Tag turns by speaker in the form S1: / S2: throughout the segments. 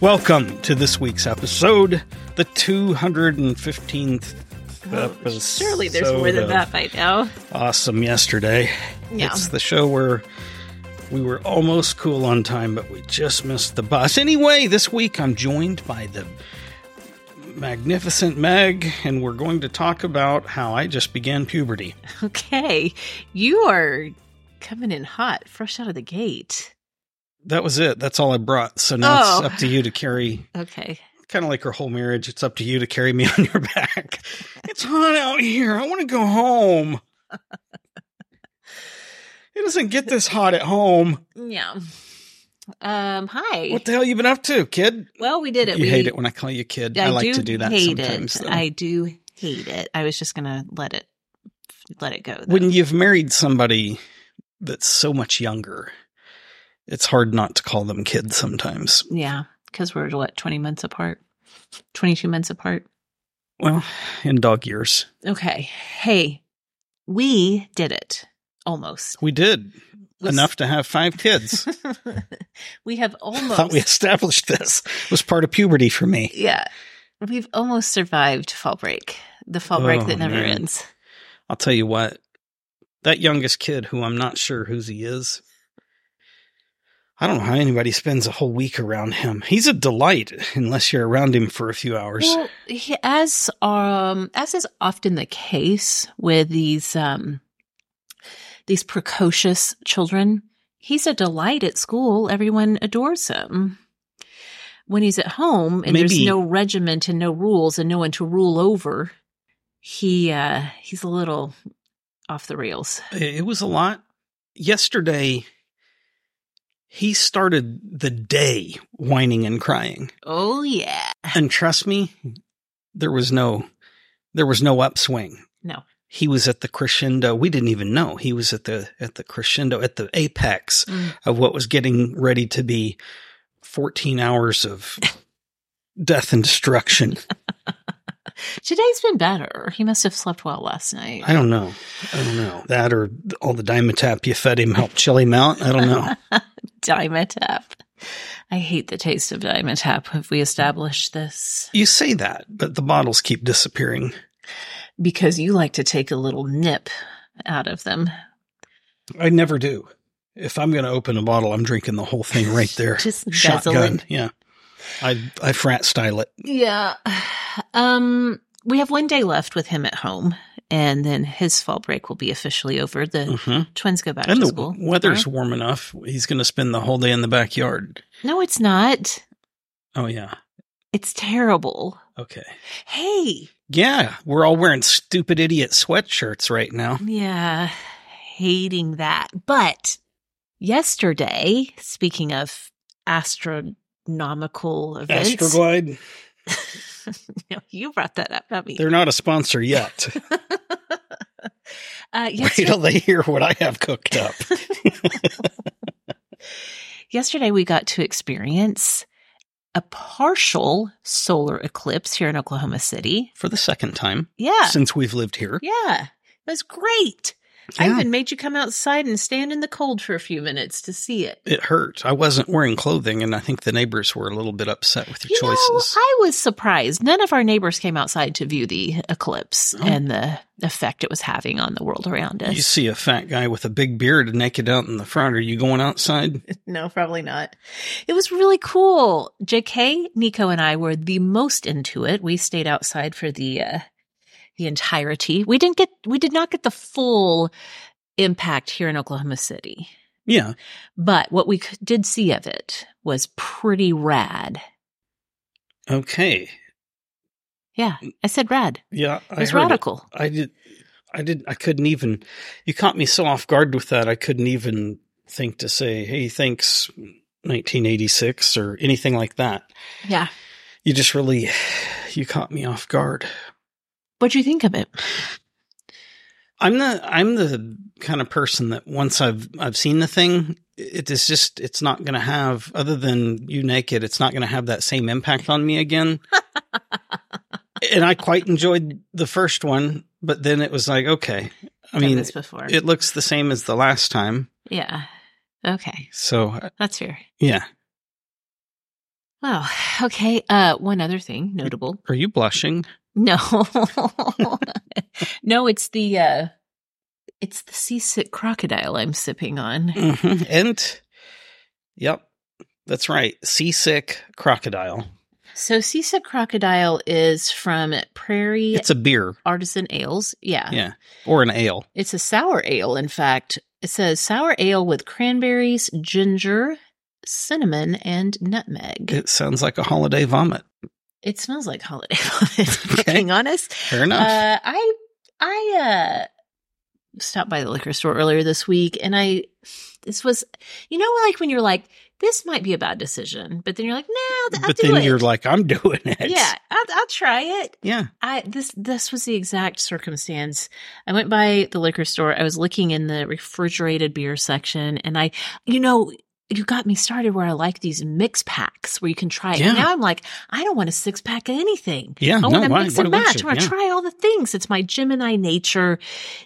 S1: Welcome to this week's episode, the 215th episode.
S2: Surely there's more than
S1: of
S2: that by now.
S1: Awesome yesterday.
S2: Yeah.
S1: It's the show where we were almost cool on time, but we just missed the bus. Anyway, this week I'm joined by the magnificent Meg, and we're going to talk about how I just began puberty.
S2: Okay. You are coming in hot, fresh out of the gate.
S1: That was it. That's all I brought. So now
S2: Oh.
S1: it's up to you to carry
S2: Okay.
S1: kind of like her whole marriage. It's up to you to carry me on your back. It's hot out here. I want to go home. It doesn't get this hot at home.
S2: Yeah. Um, hi.
S1: What the hell you been up to, kid?
S2: well, we did it.
S1: You
S2: we,
S1: hate it when I call you kid. I, like to do that
S2: hate
S1: sometimes.
S2: It.
S1: though.
S2: I do hate it. I was just gonna let it let it go. though.
S1: when you've married somebody that's so much younger, it's hard not to call them kids sometimes.
S2: yeah, because we're what, twenty months apart? Twenty two months apart.
S1: Well, in dog years.
S2: Okay. Hey, we did it. Almost.
S1: We did
S2: Was-
S1: enough to have five kids.
S2: we have almost
S1: Thought we established this It was part of puberty for me.
S2: Yeah. We've almost survived fall break, the fall break
S1: Oh,
S2: that never
S1: man.
S2: ends.
S1: I'll tell you what, that youngest kid who I'm not sure whose he is, I don't know how anybody spends a whole week around him. He's a delight unless you're around him for a few hours.
S2: Well, he- as um as is often the case with these um these precocious children, he's a delight at school. Everyone adores him. When he's at home and there's
S1: Maybe-
S2: no regiment and no rules and no one to rule over, he uh he's a little off the rails.
S1: It it was a lot. Yesterday, he started the day whining and crying.
S2: Oh yeah.
S1: And trust me, there was no there was no upswing.
S2: No.
S1: He was at the crescendo. We didn't even know. He was at the at the crescendo, at the apex
S2: Mm.
S1: of what was getting ready to be 14 hours of death and destruction.
S2: Today's been better. He must have slept well last night.
S1: I don't know. I don't know. That or all the dimetap you fed him helped chill him out. I don't know.
S2: Diamond tap. I hate the taste of diamond tap. Have we established this?
S1: You say that, but the bottles keep disappearing.
S2: Because you like to take a little nip out of them.
S1: I never do. If I'm going to open a bottle, I'm drinking the whole thing right there.
S2: Just guzzle
S1: Shotgun.
S2: it.
S1: Yeah. I I frat style it.
S2: Yeah. Um, we have one day left with him at home, and then his fall break will be officially over. The
S1: Mhm.
S2: twins go back
S1: And
S2: to
S1: the
S2: school.
S1: weather's
S2: tomorrow.
S1: warm enough. He's going to spend the whole day in the backyard.
S2: no, it's not.
S1: Oh yeah.
S2: It's terrible.
S1: Okay.
S2: Hey,
S1: Yeah, we're all wearing stupid idiot sweatshirts right now.
S2: Yeah, hating that. But yesterday, speaking of astro astronomical events.
S1: Astroglide.
S2: No, you brought that up, not me.
S1: They're not a sponsor yet.
S2: uh,
S1: Wait
S2: yesterday,
S1: till they hear what I have cooked up.
S2: yesterday, we got to experience a partial solar eclipse here in Oklahoma City.
S1: For the second time
S2: Yeah.
S1: since we've lived here.
S2: Yeah. It was great. I
S1: Yeah.
S2: even made you come outside and stand in the cold for a few minutes to see it.
S1: It hurt. I wasn't wearing clothing, and I think the neighbors were a little bit upset with your
S2: You know,
S1: choices.
S2: I was surprised. None of our neighbors came outside to view the eclipse
S1: Oh.
S2: and the effect it was having on the world around us.
S1: you see a fat guy with a big beard naked out in the front. Are you going outside?
S2: No, probably not. It was really cool. JK, Nico, and I were the most into it. We stayed outside for the uh, the entirety. We didn't get we did not get the full impact here in Oklahoma City,
S1: Yeah.
S2: but what we c- did see of it was pretty rad.
S1: Okay.
S2: Yeah, I said rad.
S1: Yeah. Mm. I
S2: It was
S1: heard it.
S2: radical.
S1: I did. I did. I couldn't even. You caught me so off guard with that. I couldn't even think to say, "Hey, thanks, 1986" or anything like that.
S2: Yeah.
S1: You just really, you caught me off guard.
S2: What'd you think of it?
S1: I'm the I'm the kind of person that once I've I've seen the thing, it is just it's not going to have other than you naked, it's not going to have that same impact on me again. and I quite enjoyed the first one, but then it was like, okay, I
S2: Done
S1: mean,
S2: this before.
S1: it looks the same as the last time.
S2: yeah. Okay.
S1: So uh,
S2: That's fair.
S1: yeah,
S2: Wow. Okay. Uh, one other thing notable.
S1: are you blushing?
S2: No. no, it's the uh it's the seasick crocodile I'm sipping on.
S1: Mhm. And yep, that's right. Seasick crocodile.
S2: So seasick crocodile is from Prairie
S1: It's a beer,
S2: Artisan Ales. Yeah.
S1: yeah, or an ale.
S2: It's a sour ale, in fact. It says sour ale with cranberries, ginger, cinnamon, and nutmeg.
S1: It sounds like a holiday vomit.
S2: It smells like holiday vomit,
S1: Okay.
S2: being honest.
S1: Fair enough.
S2: Uh, I I uh stopped by the liquor store earlier this week, and I this was you know like when you're like this might be a bad decision, but then you're like no, I'll
S1: but
S2: do
S1: then
S2: it.
S1: you're like, I'm doing it.
S2: yeah, I'll, I'll try it.
S1: Yeah.
S2: I this this was the exact circumstance. I went by the liquor store. I was looking in the refrigerated beer section, and I, you know, you got me started where I like these mix packs where you can try. it.
S1: Yeah.
S2: Now I'm like, I don't want a six pack of anything.
S1: Yeah,
S2: I
S1: no,
S2: want to
S1: why-
S2: mix
S1: why
S2: Oh, and
S1: would you?
S2: match. I want to
S1: Yeah.
S2: try all the things. It's my Gemini nature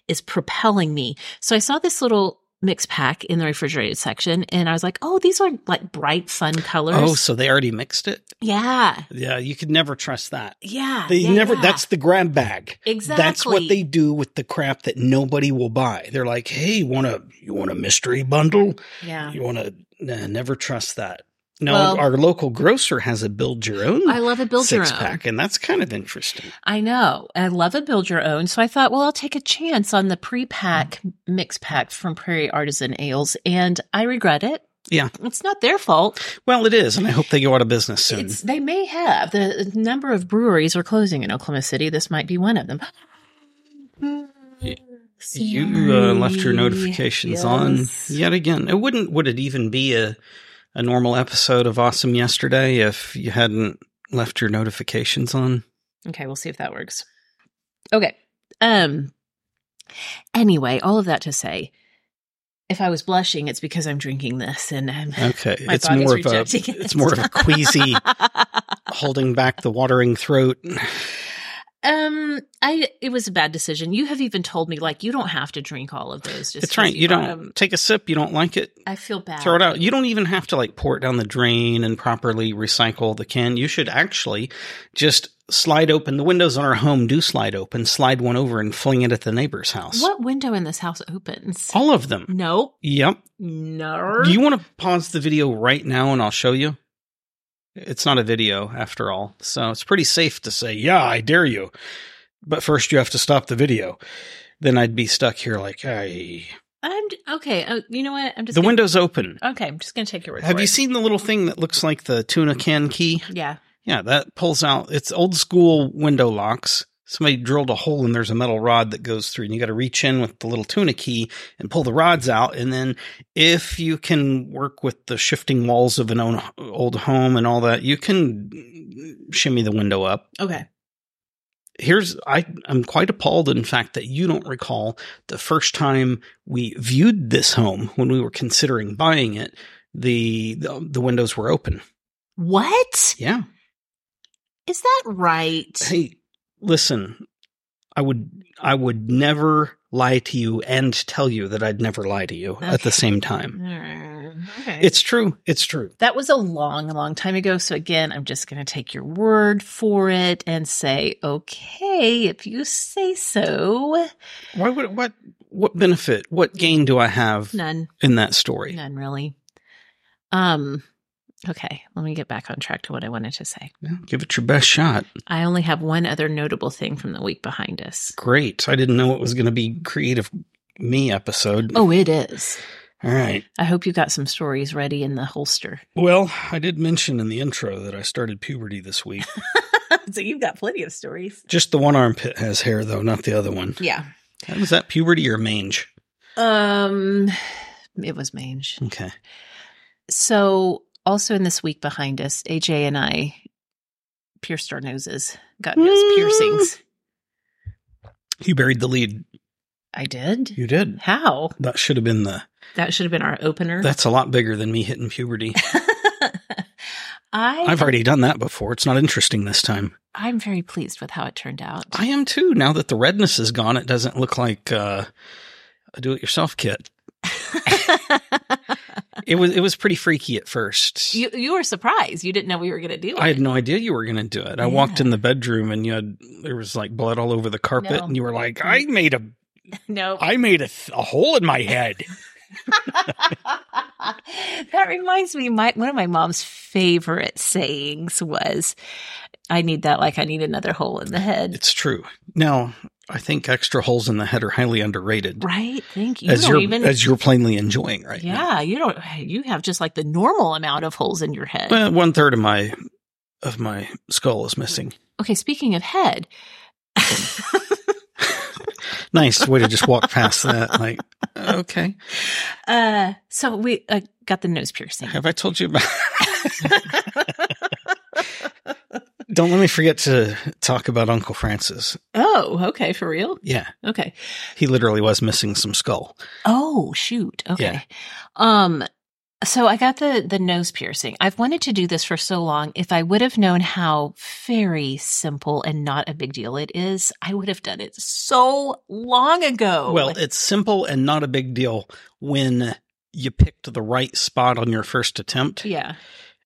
S2: is propelling me. So I saw this little mix pack in the refrigerated section, and I was like, oh, these are like bright, fun colors.
S1: Oh, so they already mixed it?
S2: yeah.
S1: Yeah, you could never trust that.
S2: Yeah,
S1: They
S2: Ah, yeah,
S1: never
S2: yeah.
S1: that's the grab bag. That's what
S2: Exactly.
S1: they do with the crap that nobody will buy. They're like, "Hey, you want a you want a mystery bundle?
S2: yeah.
S1: You want to nah, never trust that." Now,
S2: Well-
S1: our local grocer has a build your own
S2: I love a build your
S1: six
S2: own.
S1: pack, and that's kind of interesting.
S2: I know. I love a build your own. So I thought, well, I'll take a chance on the pre pack
S1: Mm.
S2: mix pack from Prairie Artisan Ales, and I regret it.
S1: Yeah.
S2: It's not their fault.
S1: Well, it is, and I hope they go out of business soon.
S2: It's they may have. The number of breweries are closing in Oklahoma City. This might be one of them.
S1: You uh, left your
S2: Sorry.
S1: notifications on
S2: Yes.
S1: yet again. It wouldn't would it even be a a normal episode of Awesome Yesterday if you hadn't left your notifications on?
S2: Okay, we'll see if that works. Okay. Um anyway, all of that to say, if I was blushing, it's because I'm drinking this and I'm
S1: Okay,
S2: My
S1: Uh, it's
S2: body's
S1: more of a
S2: rejecting it.
S1: it's more of a queasy holding back the watering throat.
S2: Um, I it was a bad decision. You have even told me like you don't have to drink all of those. Just
S1: It's right.
S2: 'cause
S1: You
S2: bought
S1: don't
S2: 'em.
S1: take a sip. You don't like it.
S2: I feel bad.
S1: Throw it out. You don't even have to like pour it down the drain and properly recycle the can. You should actually just slide open the windows on our home. Do slide open, slide one over, and fling it at the neighbor's house.
S2: What window in this house opens?
S1: All of them.
S2: Nope.
S1: Yep.
S2: No.
S1: Oh. Do you want to pause the video right now and I'll show you? It's not a video after all. So it's pretty safe to say, yeah, I dare you. But first you have to stop the video. Then I'd be stuck here like, hey.
S2: I'm d- okay. Uh, you know what? I'm just
S1: The
S2: gonna-
S1: window's open.
S2: Okay, I'm just gonna take your word.
S1: Have
S2: for
S1: you
S2: it.
S1: seen the little thing that looks like the tuna can key?
S2: Yeah.
S1: Yeah, that pulls out. It's old school window locks. somebody drilled a hole and there's a metal rod that goes through and you got to reach in with the little tuna key and pull the rods out and then if you can work with the shifting walls of an own, old home and all that you can shimmy the window up
S2: Okay.
S1: here's I, i'm quite appalled in fact that you don't recall the first time we viewed this home when we were considering buying it the the, the windows were open
S2: What?
S1: yeah
S2: Is that right?
S1: Hey, listen, I would I would never lie to you and tell you that I'd never lie to you at
S2: Okay.
S1: the same time.
S2: Mm, Okay.
S1: It's true. It's true.
S2: that was a long, long time ago. So again, I'm just going to take your word for it and say, okay, if you say so.
S1: Why would what what benefit, what gain do I have
S2: None,
S1: in that story?
S2: none really. Um. Okay, let me get back on track to what I wanted to say.
S1: Yeah, give it your best shot.
S2: I only have one other notable thing from the week behind us.
S1: Great. I didn't know it was going to be creative me episode.
S2: Oh, it is.
S1: All right.
S2: I hope you got some stories ready in the holster.
S1: Well, I did mention in the intro that I started puberty this week.
S2: so you've got plenty of stories.
S1: Just the one armpit has hair though, not the other one.
S2: Yeah.
S1: Was that puberty or mange?
S2: Um it was mange.
S1: Okay.
S2: So also in this week behind us, AJ and I pierced our noses, got nose
S1: Mm.
S2: piercings.
S1: You buried the lead.
S2: I did.
S1: You did.
S2: How?
S1: That should have been the.
S2: That should have been our opener.
S1: That's a lot bigger than me hitting puberty.
S2: I
S1: I've already done that before. It's not interesting this time.
S2: I'm very pleased with how it turned out.
S1: I am too. Now that the redness is gone, it doesn't look like uh, a do-it-yourself kit. It was it was pretty freaky at first.
S2: you you were surprised. You didn't know we were going to do it.
S1: I had no idea you were going to do it. I walked
S2: Yeah.
S1: in the bedroom and you had there was like blood all over the carpet,
S2: No.
S1: and you were like, "I made a
S2: no.
S1: I made a, th- a hole in my head."
S2: that reminds me, my one of my mom's favorite sayings was, "I need that like I need another hole in the head."
S1: it's true. Now I think extra holes in the head are highly underrated,
S2: Right? Thank you. You
S1: as
S2: don't
S1: you're
S2: even.
S1: as you're plainly enjoying right now.
S2: yeah, you don't. You have just like the normal amount of holes in your head.
S1: Well, one third of my of my skull is missing.
S2: okay. Speaking of head,
S1: Nice way to just walk past that. Like, okay,
S2: uh, so we uh, got the nose piercing.
S1: have I told you about? Don't let me forget to talk about Uncle Francis.
S2: oh, okay. For real?
S1: Yeah,
S2: Okay.
S1: he literally was missing some skull.
S2: Oh shoot. Okay.
S1: Yeah.
S2: Um so I got the the nose piercing. I've wanted to do this for so long. If I would have known how very simple and not a big deal it is, I would have done it so long ago.
S1: Well, it's simple and not a big deal when you picked the right spot on your first attempt.
S2: yeah.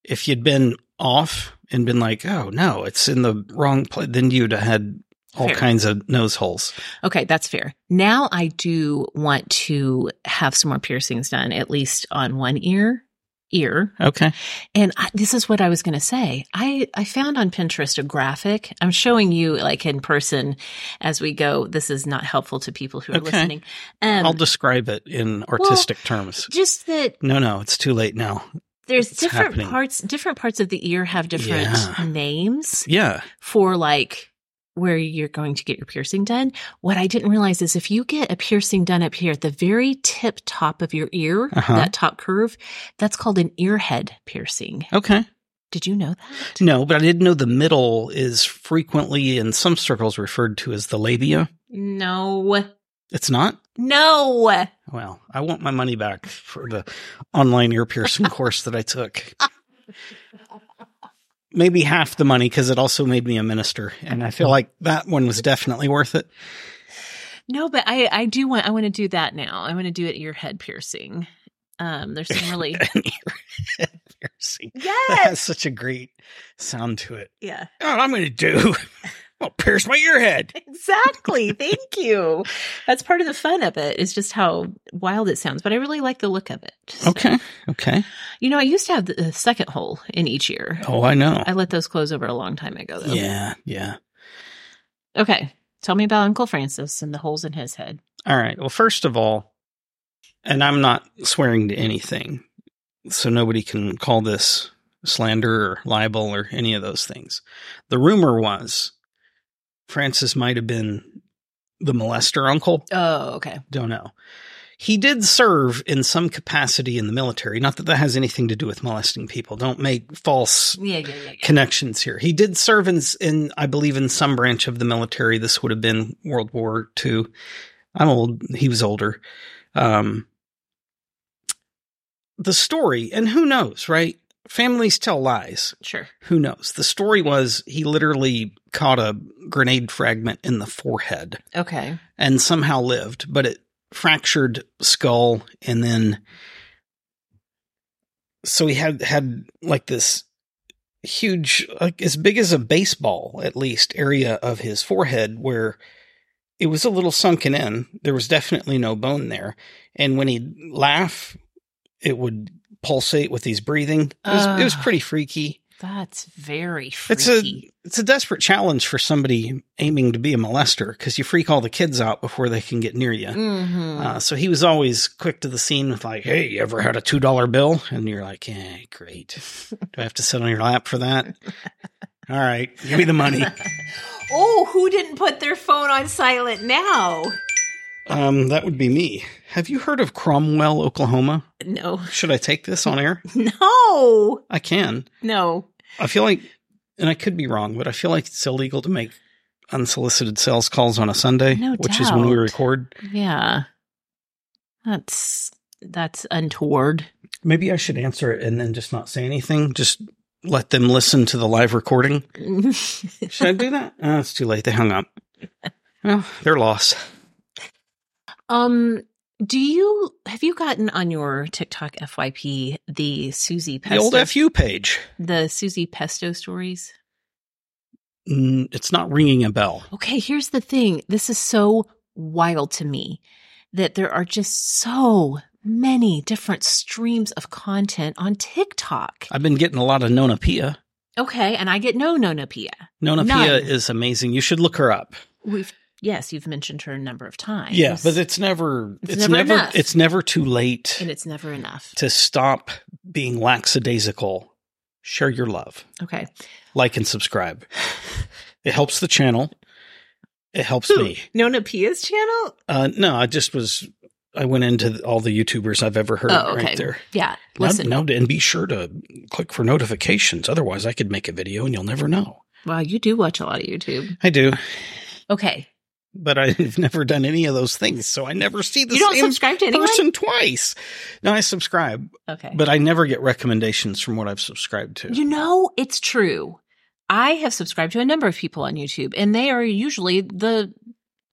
S1: If you'd been off and been like, "Oh no, it's in the wrong place," then you'd have had all
S2: Fair.
S1: kinds of nose holes.
S2: Okay, that's fair. Now I do want to have some more piercings done at least on one ear. Ear.
S1: Okay,
S2: And I, this is what I was going to say. I, I found on Pinterest a graphic. I'm showing you like in person as we go. This is not helpful to people who are
S1: Okay.
S2: listening. Um,
S1: I'll describe it in artistic terms.
S2: just that
S1: No, no, it's too late now.
S2: there's
S1: It's
S2: different
S1: happening.
S2: parts, different parts of the ear have different
S1: Yeah.
S2: names
S1: Yeah.
S2: for like where you're going to get your piercing done. What I didn't realize is if you get a piercing done up here at the very tip top of your ear,
S1: Uh-huh.
S2: that top curve, that's called an ear head piercing.
S1: Okay.
S2: Did you know that?
S1: No, but I didn't know the middle is frequently in some circles referred to as the labia.
S2: No.
S1: It's not?
S2: No.
S1: Well, I want my money back for the online ear piercing course that I took. Maybe half the money because it also made me a minister. And I feel like that one was definitely worth it.
S2: No, but I I do want I want to do that now. I want to do it ear head piercing. Um there's some really
S1: An ear piercing. That
S2: Yes.
S1: has such a great sound to it.
S2: yeah.
S1: You know what I'm going to do? I'll pierce my ear head.
S2: Exactly. Thank you. That's part of the fun of it is just how wild it sounds, but I really like the look of it. So-
S1: Okay. Okay.
S2: You know, I used to have the the second hole in each ear.
S1: Oh, I know.
S2: I let those close over a long time ago though.
S1: Yeah. Yeah.
S2: Okay. Tell me about Uncle Francis and the holes in his head.
S1: All right. Well, first of all, and I'm not swearing to anything, so nobody can call this slander or libel or any of those things. The rumor was Francis might have been the molester uncle.
S2: Oh, okay.
S1: Don't know. He did serve in some capacity in the military. Not that that has anything to do with molesting people. Don't make false
S2: Yeah, yeah, yeah. yeah.
S1: connections here. He did serve in, in, I believe, in some branch of the military. This would have been World War II. I'm old. He was older. Um, the story, and who knows, right? Families tell lies.
S2: Sure.
S1: Who knows? The story was he literally caught a grenade fragment in the forehead
S2: Okay.
S1: and somehow lived, but it fractured skull and then so he had had like this huge like as big as a baseball at least area of his forehead where it was a little sunken in there was definitely no bone there and when he'd laugh it would pulsate with his breathing it was, it was
S2: Ah.
S1: pretty freaky
S2: That's very
S1: It's
S2: freaky.
S1: a- it's a desperate challenge for somebody aiming to be a molester because you freak all the kids out before they can get near you
S2: Mhm.
S1: uh, so he was always quick to the scene with like, "Hey, you ever had a two dollar bill?" And you're like, "Yeah, great. Do I have to sit on your lap for that?" All right, give me the money.
S2: oh, who didn't put their phone on silent now?
S1: Um, that would be me. Have you heard of Cromwell, Oklahoma?
S2: No.
S1: Should I take this on air?
S2: No.
S1: I can.
S2: No.
S1: I feel like, and I could be wrong, but I feel like it's illegal to make unsolicited sales calls on a Sunday,
S2: No
S1: which is when we
S2: doubt.
S1: record.
S2: Yeah. That's that's untoward.
S1: Maybe I should answer it and then just not say anything. Just let them listen to the live recording. Should I do that? Oh, it's too late. They hung up. Well, they're lost.
S2: um do you have you gotten on your TikTok FYP the Susie Pesto
S1: The old FU page.
S2: the Susie Pesto stories?
S1: Mm, it's not ringing a bell.
S2: Okay, here's the thing. This is so wild to me that there are just so many different streams of content on TikTok.
S1: I've been getting a lot of Nona Pia.
S2: Okay, and I get no Nona Pia.
S1: Nona Pia
S2: None.
S1: is amazing. You should look her up.
S2: We've yes, you've mentioned her a number of times.
S1: Yeah, but it's never
S2: It's
S1: it's,
S2: never
S1: never,
S2: enough.
S1: it's never too late
S2: and it's never enough.
S1: to stop being lackadaisical. Share your love.
S2: Okay.
S1: Like and subscribe. it helps the channel. It helps me.
S2: Nona Pia's channel?
S1: Uh, no, I just was I went into all the YouTubers I've ever heard
S2: Oh, okay.
S1: right there.
S2: Yeah.
S1: Now-
S2: Listen.
S1: Now, and be sure to click for notifications. Otherwise, I could make a video and you'll never know.
S2: Wow, you do watch a lot of YouTube.
S1: I do,
S2: Okay.
S1: but I've never done any of those things, so I never see the
S2: You don't
S1: same
S2: subscribe to anyone?
S1: person twice. No, I subscribe,
S2: Okay.
S1: but I never get recommendations from what I've subscribed to.
S2: you know, it's true. I have subscribed to a number of people on YouTube, and they are usually the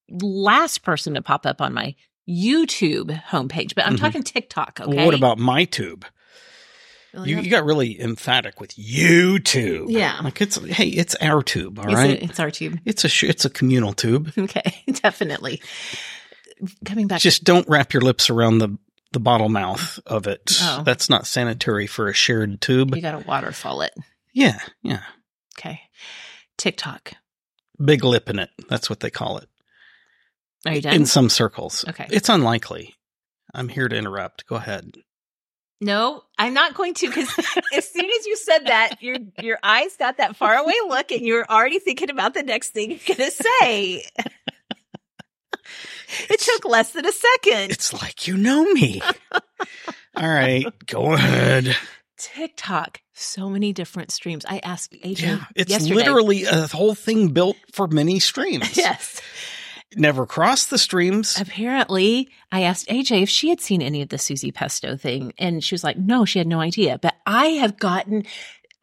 S2: last person to pop up on my YouTube homepage. But I'm
S1: Mhm.
S2: talking TikTok,
S1: Well,
S2: okay?
S1: What about MyTube?
S2: Well,
S1: You,
S2: yeah.
S1: you got really emphatic with YouTube.
S2: Yeah.
S1: like it's hey, it's our tube, all
S2: Is it-
S1: right.
S2: it's our tube.
S1: it's a sh- it's a communal tube.
S2: Okay, definitely. Coming back
S1: Just don't wrap your lips around the the bottle mouth of it.
S2: Oh.
S1: That's not sanitary for a shared tube.
S2: You got to waterfall it.
S1: Yeah, yeah.
S2: Okay. TikTok.
S1: Big lip in it. That's what they call it
S2: Are you done?
S1: in some circles.
S2: Okay.
S1: It's unlikely. I'm here to interrupt. Go ahead.
S2: no, I'm not going to because as soon as you said that, your your eyes got that far away look, and you were already thinking about the next thing you're going to say. it took less than a second.
S1: It's like you know me. All right, go ahead.
S2: TikTok, so many different streams. I asked AJ
S1: Yeah, it's
S2: yesterday.
S1: literally a whole thing built for many streams.
S2: yes.
S1: Never cross the
S2: Uh,
S1: streams.
S2: Apparently, I asked AJ if she had seen any of the Susie Pesto thing, and she was like, "No, she had no idea." But I have gotten,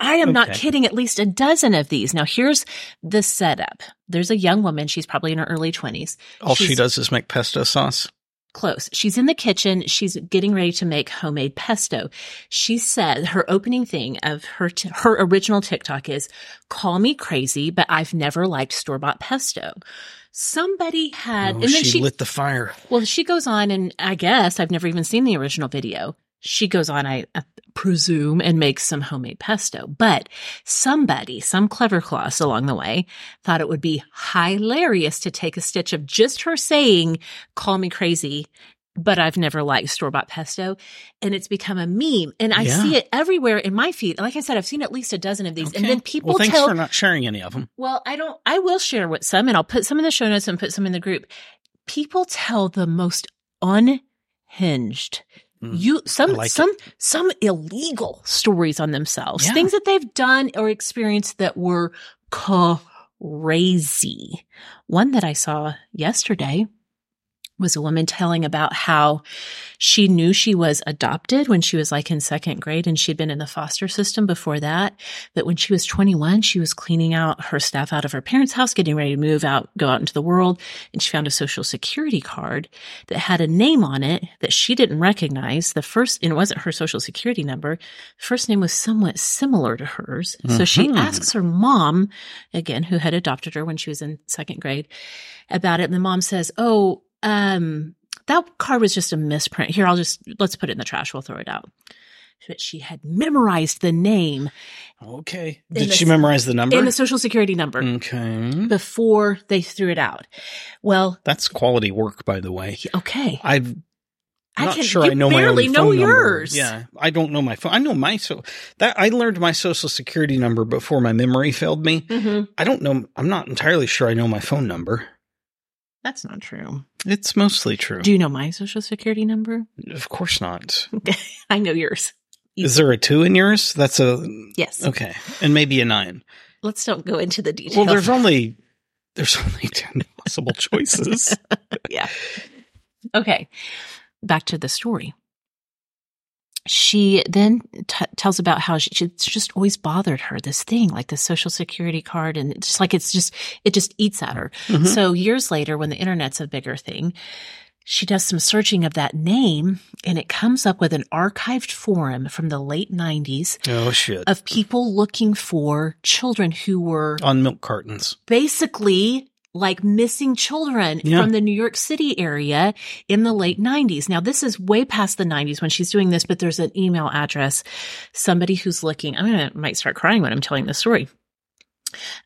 S2: I am not
S1: Okay.
S2: kidding, at least a dozen of these. Now, here's the setup: there's a young woman; she's probably in her early twenties.
S1: All she
S2: she's-
S1: does is make pesto sauce.
S2: Close. She's in the kitchen. She's getting ready to make homemade pesto. She said her opening thing of her t- her original TikTok is, "Call me crazy, but I've never liked store bought pesto." Somebody had,
S1: Oh,
S2: Uh, and then
S1: she
S2: she
S1: lit the fire.
S2: well, she goes on, and I guess I've never even seen the original video. She goes on, I uh, presume, and makes some homemade pesto. But somebody, some clever claws along the way, thought it would be hilarious to take a stitch of just her saying, call me crazy, but I've never liked store bought pesto. And it's become a meme. And I
S1: Yeah.
S2: see it everywhere in my feed. Like I said, I've seen at least a dozen of these. And
S1: Okay.
S2: then people
S1: Well, thanks
S2: tell
S1: for not sharing any of them.
S2: well, I don't. I will share with some, and I'll put some in the show notes and put some in the group. People tell the most unhinged,
S1: Mm.
S2: you some
S1: like it.
S2: some some illegal stories on themselves,
S1: Yeah.
S2: things that they've done or experienced that were crazy. One that I saw yesterday was a woman telling about how she knew she was adopted when she was like in second grade and she'd been in the foster system before that. That when she was 21, she was cleaning out her stuff out of her parents' house, getting ready to move out, go out into the world. And she found a social security card that had a name on it that she didn't recognize. The first, and it wasn't her social security number. First name was somewhat similar to hers. So she
S1: Mhm.
S2: asks her mom, again, who had adopted her when she was in second grade, about it. And the mom says, Oh, um, that card was just a misprint. Here, I'll just let's put it in the trash. We'll throw it out. But she had memorized the name
S1: Okay.
S2: In
S1: Did
S2: the-
S1: she memorize the number? Mm.
S2: and the social security number
S1: okay.
S2: before they threw it out. Well,
S1: That's quality work, by the way.
S2: okay.
S1: I've
S2: I
S1: I'm not
S2: can-
S1: sure
S2: you
S1: I know my
S2: barely
S1: own
S2: know
S1: phone number.
S2: yours.
S1: Yeah, I don't know my phone. I know my so that I learned my social security number before my memory failed me.
S2: Mhm.
S1: I don't know. I'm not entirely sure I know my phone number.
S2: That's not true.
S1: It's mostly true.
S2: Do you know my social security number?
S1: of course not.
S2: I know yours.
S1: Is there a two in yours? That's a
S2: Yes.
S1: okay, and maybe a nine.
S2: Let's don't go into the details.
S1: Oh. Well, there's only there's only ten possible choices.
S2: yeah. Okay. Back to the story. She then t- tells about how she, she- it's just always bothered her this thing, like the social security card, and it's just like it's just it just eats at her.
S1: Mhm.
S2: So years later, when the internet's a bigger thing, she does some searching of that name, and it comes up with an archived forum from the late '90s
S1: oh shit!
S2: of people looking for children who were
S1: On milk cartons.
S2: basically like missing children
S1: Yeah.
S2: from the New York City area in the late 90s. Now, this is way past the 90s when she's doing this, but there's an email address, somebody who's looking. I'm going to might start crying when I'm telling this story.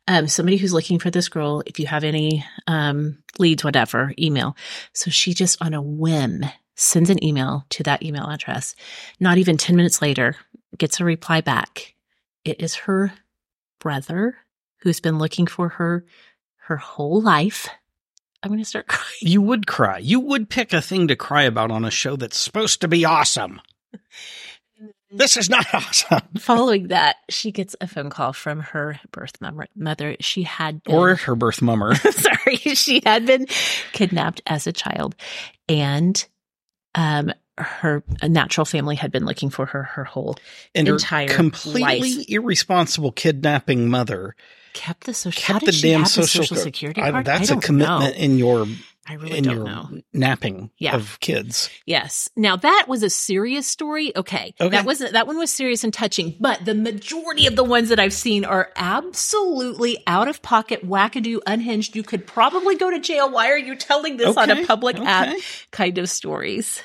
S2: Um, somebody who's looking for this girl, if you have any um, leads, whatever, email. So she just on a whim sends an email to that email address. Not even 10 minutes later, gets a reply back. It is her brother who's been looking for her her whole life. I'm going to start crying.
S1: You would cry. You would pick a thing to cry about on a show that's supposed to be awesome. This is not awesome.
S2: Following that, she gets a phone call from her birth mom- mother. She had been,
S1: Or her birth mummer.
S2: sorry, she had been kidnapped as a child, and um, her natural family had been looking for her her whole
S1: and
S2: Entire
S1: her completely
S2: life.
S1: irresponsible kidnapping mother
S2: kept the social how
S1: kept
S2: did
S1: the
S2: she
S1: damn
S2: have the
S1: social,
S2: social security
S1: I-
S2: card? I
S1: that's a
S2: don't
S1: commitment
S2: know.
S1: in your
S2: I really
S1: in
S2: don't
S1: your
S2: know.
S1: napping
S2: Yeah.
S1: of kids.
S2: Yes. Now that was a serious story. Okay.
S1: Okay.
S2: That wasn't that one was serious and touching, but the majority of the ones that I've seen are absolutely out of pocket, wackadoo, unhinged. You could probably go to jail. Why are you telling this on
S1: Okay,
S2: a public app
S1: okay.
S2: kind of stories?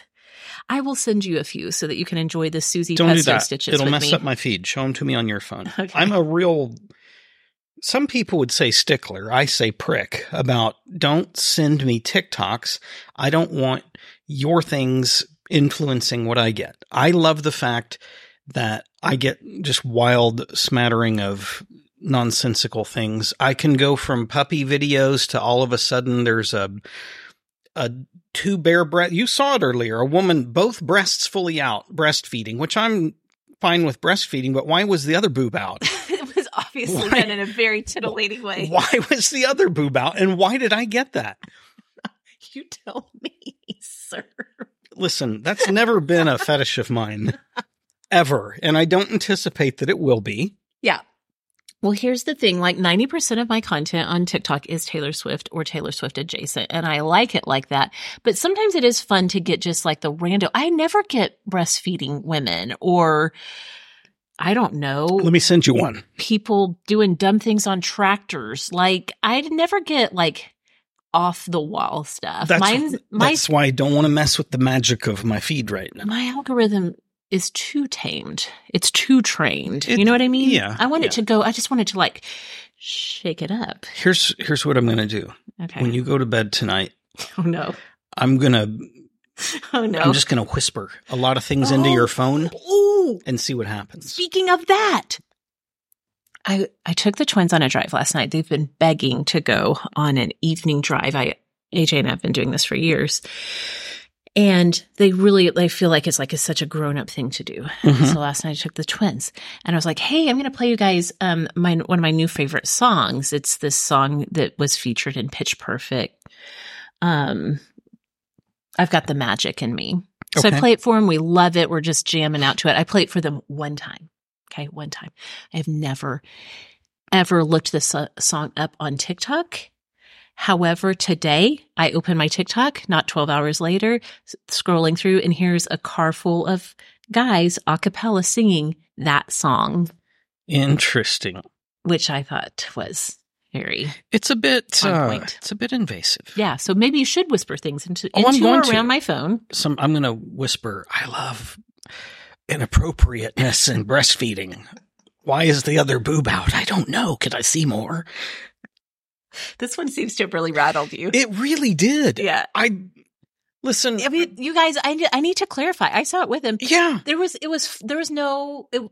S2: I will send you a few so that you can enjoy the Susie
S1: Don't do
S2: Pesto
S1: that.
S2: stitches
S1: It'll
S2: with
S1: mess
S2: me.
S1: up my feed. Show them to me on your phone.
S2: Okay.
S1: I'm a real. Some people would say stickler. I say prick about don't send me TikToks. I don't want your things influencing what I get. I love the fact that I get just wild smattering of nonsensical things. I can go from puppy videos to all of a sudden there's a a two bare breast. You saw it earlier. A woman, both breasts fully out, breastfeeding, which I'm fine with breastfeeding, but why was the other boob out?
S2: it was obviously
S1: Why-
S2: done in a very titillating way.
S1: why was the other boob out? And why did I get that?
S2: You tell me, sir.
S1: Listen, that's never been a fetish of mine ever. And I don't anticipate that it will be.
S2: Yeah. Well, here's the thing like 90% of my content on TikTok is Taylor Swift or Taylor Swift adjacent, and I like it like that. But sometimes it is fun to get just like the rando. I never get breastfeeding women or I don't know,
S1: Let me send you one.
S2: people doing dumb things on tractors. Like, I never get like off the wall stuff.
S1: That's,
S2: Mine's, my,
S1: that's why I don't want to mess with the magic of my feed right now.
S2: my algorithm is too tamed, it's too trained.
S1: It-
S2: you know what I mean?
S1: yeah,
S2: I want
S1: yeah.
S2: it to go, I just want it to like shake it up.
S1: Here's here's what I'm going to do.
S2: Okay.
S1: When you go to bed tonight,
S2: Oh no.
S1: I'm going to
S2: Oh no.
S1: I'm just going to whisper a lot of things into your phone
S2: Ooh.
S1: and see what happens.
S2: Speaking of that, I I took the twins on a drive last night. They've been begging to go on an evening drive. I AJ and I've been doing this for years. And they really they feel like it's like it's such a grown-up thing to do.
S1: Mhm.
S2: So last night I took the twins and I was like, "Hey, I'm going to play you guys um my one of my new favorite songs. It's this song that was featured in Pitch Perfect. Um I've got the magic in me. So
S1: Okay.
S2: I play it for them. We love it. We're just jamming out to it. I play it for them one time. Okay, one time. I have never ever looked this uh, song up on TikTok. However, today I open my TikTok, not 12 hours later, s- scrolling through, and here's a car full of guys a cappella singing that song,
S1: Interesting.
S2: which I thought was very.
S1: It's a bit.
S2: On
S1: Uh,
S2: point.
S1: it's a bit invasive.
S2: Yeah, so maybe you should whisper things into,
S1: Oh, I'm
S2: into
S1: going
S2: or
S1: to.
S2: around my phone.
S1: Some. I'm going to whisper. I love inappropriateness and breastfeeding. Why is the other boob out? I don't know. Could I see more?
S2: This one seems to have really rattled you.
S1: It really did.
S2: Yeah.
S1: I listen.
S2: I mean, you guys, I, ne- I need to clarify. I saw it with him.
S1: yeah.
S2: There was, it was, there was no, it,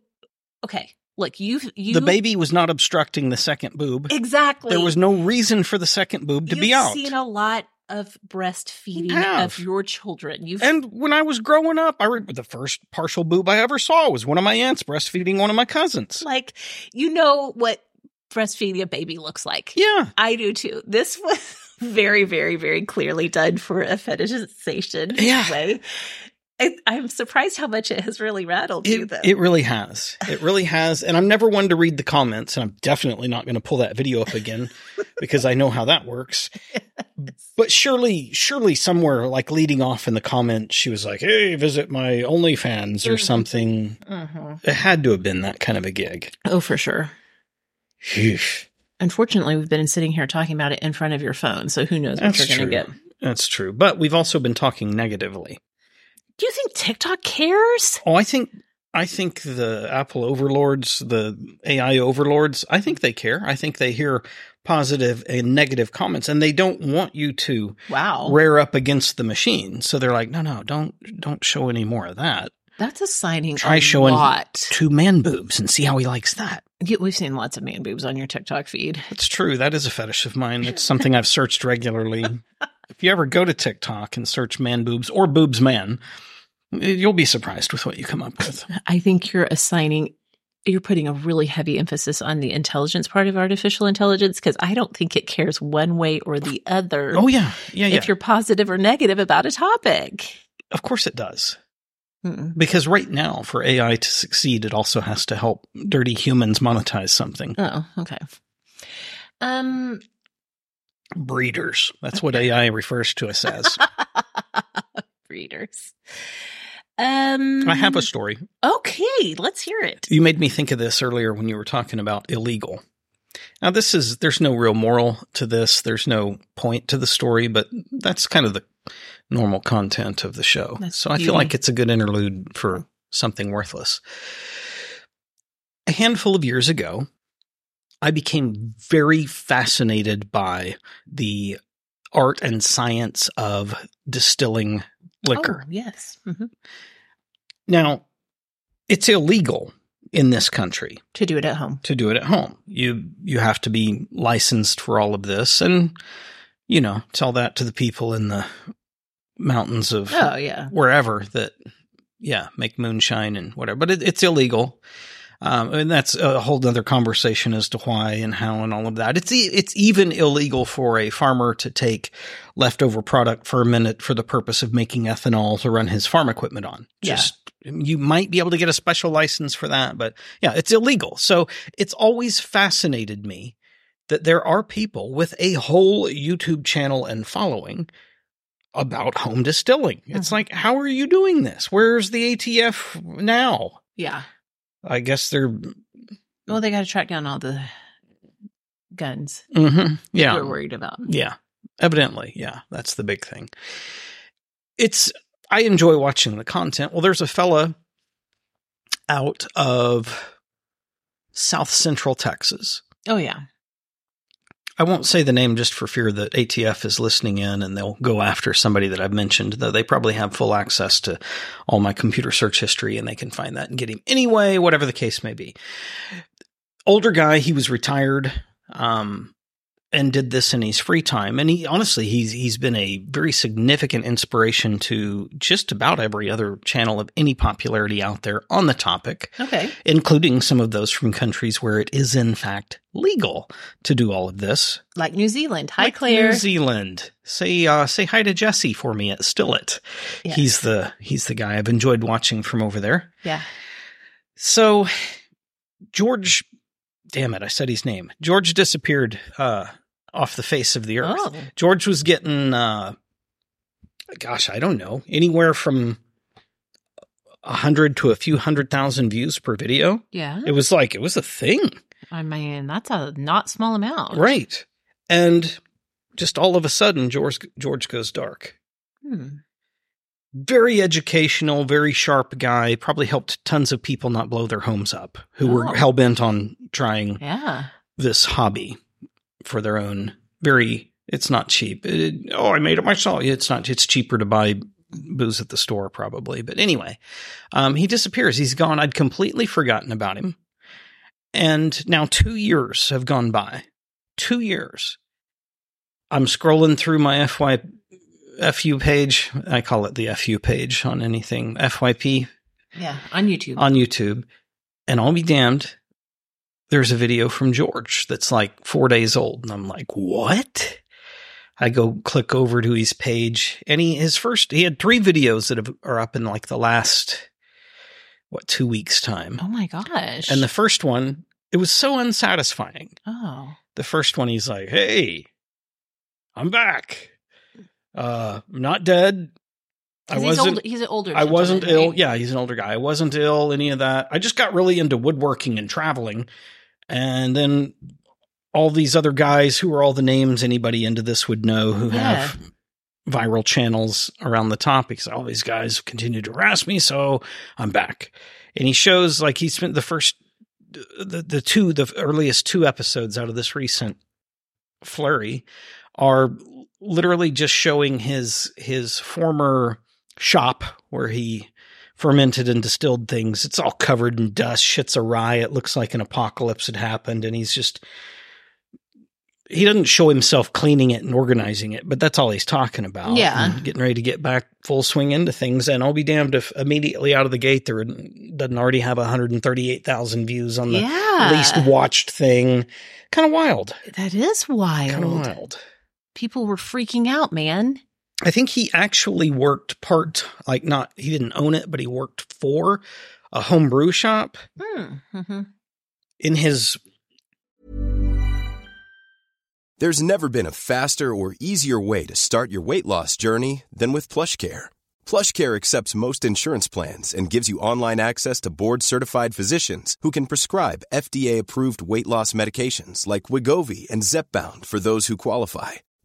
S2: okay, look, you've, you.
S1: the baby was not obstructing the second boob.
S2: Exactly.
S1: There was no reason for the second boob to be out.
S2: You've seen a lot of breastfeeding
S1: Have.
S2: of your children. You've
S1: and when I was growing up, I re- the first partial boob I ever saw was one of my aunts breastfeeding one of my cousins.
S2: like you know what breastfeeding a baby looks like.
S1: Yeah.
S2: I do too. This was very, very, very clearly done for a fetishization
S1: Yeah.
S2: way. I, I'm surprised how much it has really rattled you,
S1: It,
S2: though.
S1: it really has. It really has. And I'm never one to read the comments, and I'm definitely not going to pull that video up again because I know how that works. But surely, surely somewhere like leading off in the comments, she was like, hey, visit my OnlyFans or
S2: Mhm.
S1: something.
S2: Mhm.
S1: It had to have been that kind of a gig.
S2: Oh, for sure.
S1: Phew.
S2: Unfortunately, we've been sitting here talking about it in front of your phone, so who knows what
S1: That's
S2: you're going
S1: true.
S2: to get.
S1: That's true. But we've also been talking negatively.
S2: Do you think TikTok cares?
S1: Oh, I think I think the Apple overlords, the AI overlords, I think they care. I think they hear positive and negative comments and they don't want you to
S2: Wow.
S1: rear up against the machine. So they're like, "No, no, don't don't show any more of that.
S2: That's assigning
S1: Try
S2: a
S1: showing
S2: lot.
S1: two man boobs and see how he likes that."
S2: You- We've seen lots of man boobs on your TikTok feed.
S1: That's true. That is a fetish of mine. It's something I've searched regularly. If you ever go to TikTok and search man boobs or boobs man, you'll be surprised with what you come up with.
S2: I think you're assigning, you're putting a really heavy emphasis on the intelligence part of artificial intelligence because I don't think it cares one way or the other
S1: Oh yeah. Yeah, yeah.
S2: if you're positive or negative about a topic.
S1: of course it does.
S2: Mm-mm.
S1: Because right now, for AI to succeed, it also has to help dirty humans monetize something.
S2: Oh, okay. Um,
S1: Breeders. That's what AI refers to us as.
S2: readers. Um,
S1: I have a story.
S2: Okay, let's hear it.
S1: You made me think of this earlier when you were talking about illegal. Now, this is, there's no real moral to this. There's no point to the story, but that's kind of the normal content of the show.
S2: That's
S1: so I feel
S2: beauty.
S1: like it's a good interlude for something worthless. A handful of years ago, I became very fascinated by the art and science of distilling liquor.
S2: Oh, yes. hmm
S1: Now, it's illegal in this country
S2: To do it at home.
S1: to do it at home. You you have to be licensed for all of this and you know, tell that to the people in the mountains of
S2: Oh, yeah.
S1: wherever that yeah, make moonshine and whatever. But it, it's illegal. Um, and that's a whole other conversation as to why and how and all of that. It's e- it's even illegal for a farmer to take leftover product for a minute for the purpose of making ethanol to run his farm equipment on.
S2: Yeah.
S1: Just you might be able to get a special license for that, but yeah, it's illegal. So it's always fascinated me that there are people with a whole YouTube channel and following about home distilling. It's
S2: Mhm.
S1: like, how are you doing this? Where's the ATF now?
S2: Yeah.
S1: I guess they're
S2: Well, they got to track down all the guns
S1: Mm-hmm.
S2: we're
S1: Yeah.
S2: worried about.
S1: Yeah. Evidently. Yeah. That's the big thing. It's, I enjoy watching the content. Well, there's a fella out of South Central Texas.
S2: Oh, yeah.
S1: I I won't say the name just for fear that ATF is listening in and they'll go after somebody that I've mentioned, though they probably have full access to all my computer search history and they can find that and get him anyway, whatever the case may be. Older guy, he was retired. Um, and did this in his free time. And he honestly, he's he's been a very significant inspiration to just about every other channel of any popularity out there on the topic,
S2: Okay.
S1: including some of those from countries where it is in fact legal to do all of this.
S2: Like New Zealand. Hi,
S1: Like
S2: Claire.
S1: New Zealand. Say uh, say hi to Jesse for me at Still It.
S2: Yeah.
S1: He's the he's the guy I've enjoyed watching from over there.
S2: yeah.
S1: So George, damn it, I said his name. George disappeared uh, off the face of the earth.
S2: Oh.
S1: George was getting, uh, gosh, I don't know, anywhere from a hundred to a few hundred thousand views per video.
S2: Yeah.
S1: It was like it was a thing,
S2: I mean, that's a not small amount.
S1: right? And just all of a sudden, George George goes dark.
S2: Hmm.
S1: very educational, very sharp guy, probably helped tons of people not blow their homes up who
S2: Oh.
S1: were hell bent on trying
S2: Yeah.
S1: this hobby for their own very it's not cheap. It- oh, I made it myself. It's not it's cheaper to buy booze at the store probably. But anyway, um he disappears. He's gone. I'd completely forgotten about him. And now 2 years have gone by. 2 years. I'm scrolling through my FY FU page. I call it the FU page on anything FYP
S2: Yeah. On YouTube.
S1: on YouTube, and I'll be damned. There's a video from George that's like four days old, and I'm like, what? I go click over to his page, and he his first he had three videos that have, are up in like the last what two weeks time,
S2: oh my gosh.
S1: and the first one it was so unsatisfying.
S2: oh.
S1: The first one, he's like, "Hey, I'm back. Uh, I'm not dead. I
S2: 'Cause he's
S1: wasn't.
S2: old- He's an older.
S1: I wasn't
S2: gentleman,
S1: ill.
S2: right?
S1: Yeah, he's an older guy. I wasn't ill, any of that. I just got really into woodworking and traveling. And then all these other guys who are all the names anybody into this would know who
S2: Yeah.
S1: have viral channels around the topics. All these guys continue to harass me, so I'm back. And he shows like he spent the first the the two the earliest two episodes out of this recent flurry are literally just showing his his former shop where he fermented and distilled things. It's all covered in dust. Shit's awry. It looks like an apocalypse had happened, and he's just he doesn't show himself cleaning it and organizing it, but that's all he's talking about.
S2: Yeah.
S1: and getting ready to get back full swing into things. And I'll be damned if immediately out of the gate there doesn't already have 138,000 views on the
S2: Yeah.
S1: least watched thing. Kind of wild.
S2: That is
S1: Kind of
S2: wild.
S1: wild.
S2: People were freaking out, man.
S1: I think he actually worked part, like not, he didn't own it, but he worked for a homebrew shop
S2: Hmm. Mhm.
S1: in his,
S3: There's never been a faster or easier way to start your weight loss journey than with PlushCare. PlushCare accepts most insurance plans and gives you online access to board-certified physicians who can prescribe FDA-approved weight loss medications like Wigovi and Zepbound for those who qualify.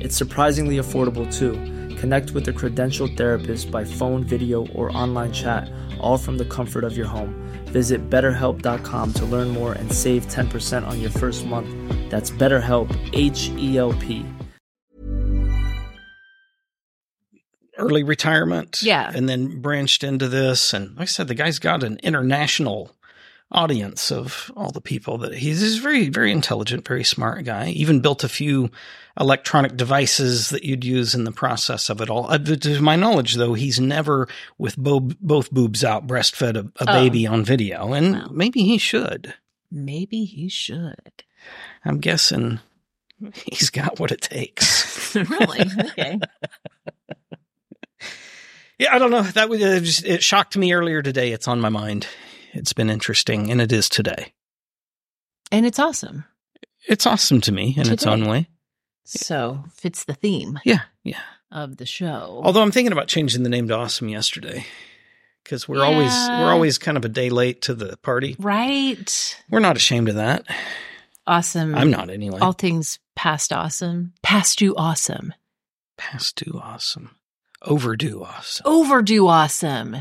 S4: It's surprisingly affordable too. Connect with a credentialed therapist by phone, video, or online chat, all from the comfort of your home. Visit betterhelp.com to learn more and save 10% on your first month. That's BetterHelp, H E L P.
S1: early retirement.
S2: Yeah.
S1: And then branched into this. And like I said, the guy's got an international audience of all the people that he's, he's a very, very intelligent, very smart guy. Even built a few electronic devices that you'd use in the process of it all. Uh, to- to my knowledge, though, he's never with bo- both boobs out breastfed a, a
S2: Oh.
S1: baby on video. And
S2: Wow.
S1: maybe he should.
S2: Maybe he should.
S1: I'm guessing he's got what it takes.
S2: really? Okay.
S1: yeah, I don't know. That was it, just, it shocked me earlier today. It's on my mind. It's been interesting, and it is today.
S2: And it's awesome.
S1: It's awesome to me in its
S2: Today.
S1: own way.
S2: So fits the theme
S1: Yeah, yeah.
S2: of the show.
S1: Although I'm thinking about changing the name to Awesome yesterday because we're always
S2: Yeah.
S1: we're always kind of a day late to the party.
S2: right.
S1: We're not ashamed of that.
S2: Awesome.
S1: I'm not anyway.
S2: Mm. All things past awesome. Past due awesome.
S1: Past due awesome, overdue awesome.
S2: Overdue awesome.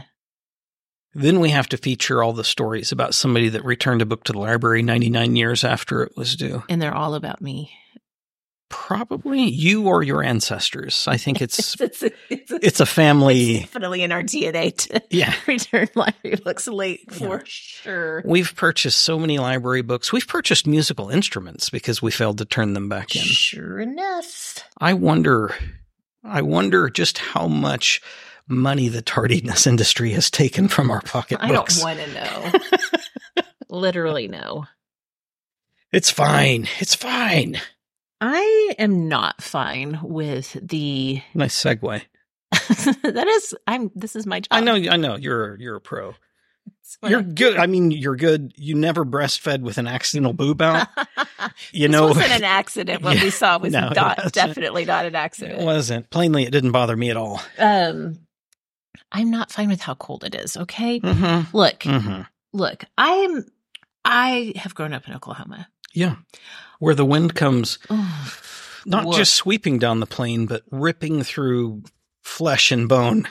S1: Then we have to feature all the stories about somebody that returned a book to the library 99 years after it was due.
S2: And they're all about me.
S1: Probably you or your ancestors. I think it's it's a family.
S2: definitely in our DNA to
S1: Yeah.
S2: return library books late for
S1: Yeah.
S2: sure.
S1: We've purchased so many library books. We've purchased musical instruments because we failed to turn them back in.
S2: Sure enough.
S1: I wonder, I wonder just how much money the tardiness industry has taken from our pocketbooks.
S2: I don't want to know. Literally, no.
S1: it's fine. It's fine.
S2: I am not fine with the.
S1: Nice segue.
S2: that is, I'm. This is my job.
S1: I know. I know. You're you're a pro.
S2: It's what
S1: You're
S2: I-
S1: good. I mean, you're good. You never breastfed with an accidental boob out. You know,
S2: this wasn't an accident. What
S1: Yeah.
S2: we saw was
S1: No, it
S2: not,
S1: wasn't.
S2: definitely not an
S1: it
S2: accident.
S1: wasn't. Plainly, it didn't bother me at all.
S2: Um, I'm not fine with how cold it is. Okay,
S1: Mm-hmm.
S2: look,
S1: Mm-hmm.
S2: look. I am. I have grown up in Oklahoma.
S1: Yeah, where the wind comes not
S2: Woof.
S1: just sweeping down the plain, but ripping through flesh and bone.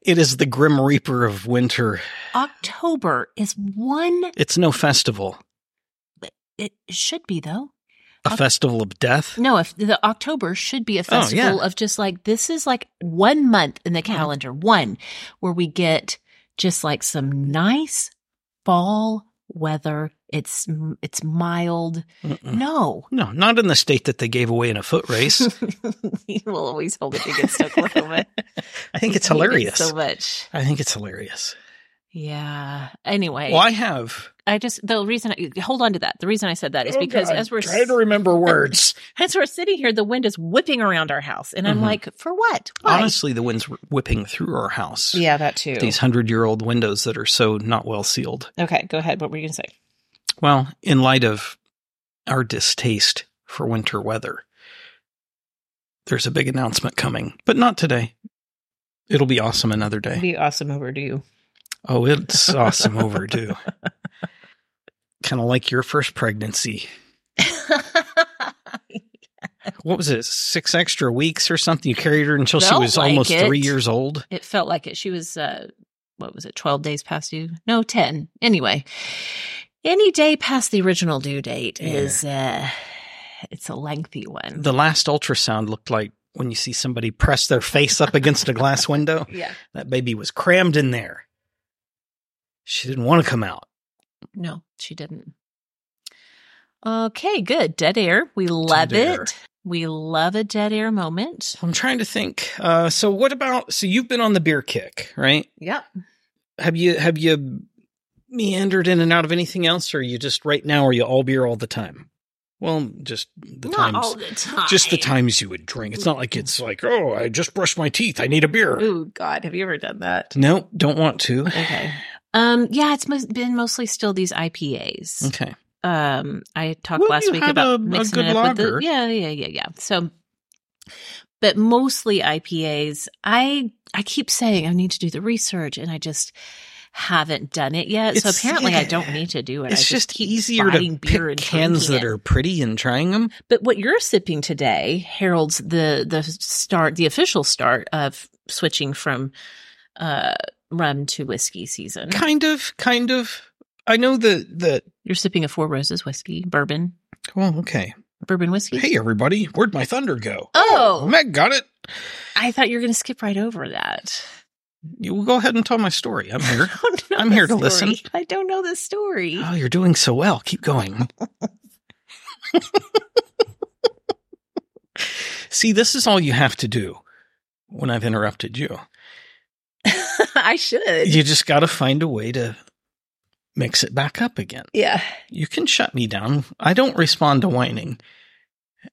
S1: It is the grim reaper of winter.
S2: October is one.
S1: It's no festival.
S2: It should be though.
S1: A
S2: Oc-
S1: festival of death?
S2: No, if the October should be
S1: Oh,
S2: a
S1: yeah. Mm-hmm.
S2: festival of just like this is like one month in the calendar, one where we get just like some nice fall weather. It's it's mild.
S1: Mm-mm.
S2: No,
S1: No, not in the state that they gave away in a foot race.
S2: we will always hold it against Oklahoma.
S1: I think it's
S2: We hate it
S1: hilarious.
S2: so much.
S1: I think it's hilarious.
S2: Yeah. Anyway,
S1: Well, I have.
S2: I just the reason I hold on to that. The reason I said that is because as we're
S1: trying to remember words,
S2: as we're sitting here, the wind is whipping around our house, and I'm
S1: Mhm.
S2: like, for what? Why?
S1: honestly, the wind's whipping through our house.
S2: yeah, that too.
S1: These hundred-year-old windows that are so not well sealed.
S2: Okay, go ahead. What were you going to say?
S1: Well, in light of our distaste for winter weather, there's a big announcement coming, but not today. It'll be awesome another day.
S2: Be awesome overdue.
S1: Oh, it's awesome overdue. kind of like your first pregnancy. What was it? Six extra weeks or something? You carried her until she
S2: Felt
S1: was
S2: like
S1: almost
S2: it.
S1: three years old.
S2: it felt like it. She was, uh, what was it, 12 days past due? No, 10. Anyway, any day past the original due date
S1: Yeah.
S2: is, uh, it's a lengthy one.
S1: The last ultrasound looked like when you see somebody press their face up against a glass window.
S2: yeah.
S1: That baby was crammed in there. She didn't want to come out.
S2: No, she didn't. Okay, good. Dead air. We love
S1: air.
S2: it. We love a dead air moment.
S1: I'm trying to think. Uh, so what about? So you've been on the beer kick, right?
S2: Yep.
S1: Have you have you meandered in and out of anything else, or are you just right now? Are you all beer all the time? Well, just the
S2: Not
S1: times,
S2: all the time. Mm-hmm.
S1: just the times you would drink. It's not like it's like, oh, I just brushed my teeth. I need a beer.
S2: Oh, God. Have you ever done that?
S1: No, don't want to.
S2: Okay. Um, yeah, it's mos- been mostly still these IPAs.
S1: Okay.
S2: Um, I talked
S1: Well,
S2: last
S1: you
S2: week
S1: had
S2: about
S1: a- a
S2: mixing
S1: good
S2: it up
S1: lager.
S2: with the yeah, yeah, yeah, yeah. So, but mostly IPAs. I I keep saying I need to do the research, and I just haven't done it yet. so
S1: It's-
S2: apparently, I
S1: yeah.
S2: don't need to do it. I
S1: It's just,
S2: keep
S1: easier to
S2: buying
S1: pick
S2: and
S1: cans that
S2: drinking it. Mm-hmm.
S1: are pretty and trying them.
S2: But what you're sipping today heralds the the start, the official start of switching from uh rum to whiskey season.
S1: Kind of, kind of. I know that that.
S2: You're sipping a Four Roses whiskey, bourbon,
S1: Well, okay.
S2: bourbon whiskey.
S1: Hey, everybody, where'd my thunder go?
S2: Oh,
S1: Meg got it.
S2: I thought you were going to skip right over that.
S1: You go ahead and tell my story. I'm here.
S2: I don't know
S1: I'm
S2: this
S1: here to listen.
S2: story. I don't know the story.
S1: oh, you're doing so well. Keep going. See, this is all you have to do when I've interrupted you.
S2: I should.
S1: You just got to find a way to mix it back up again.
S2: yeah.
S1: You can shut me down. I don't respond to whining,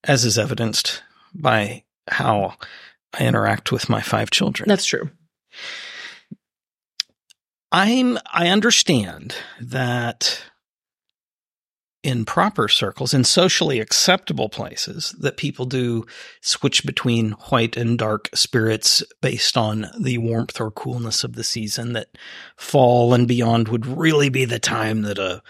S1: as is evidenced by how I interact with my five children.
S2: That's true.
S1: I'm I understand that in proper circles, in socially acceptable places, that people do switch between white and dark spirits based on the warmth or coolness of the season. That fall and beyond would really be the time that a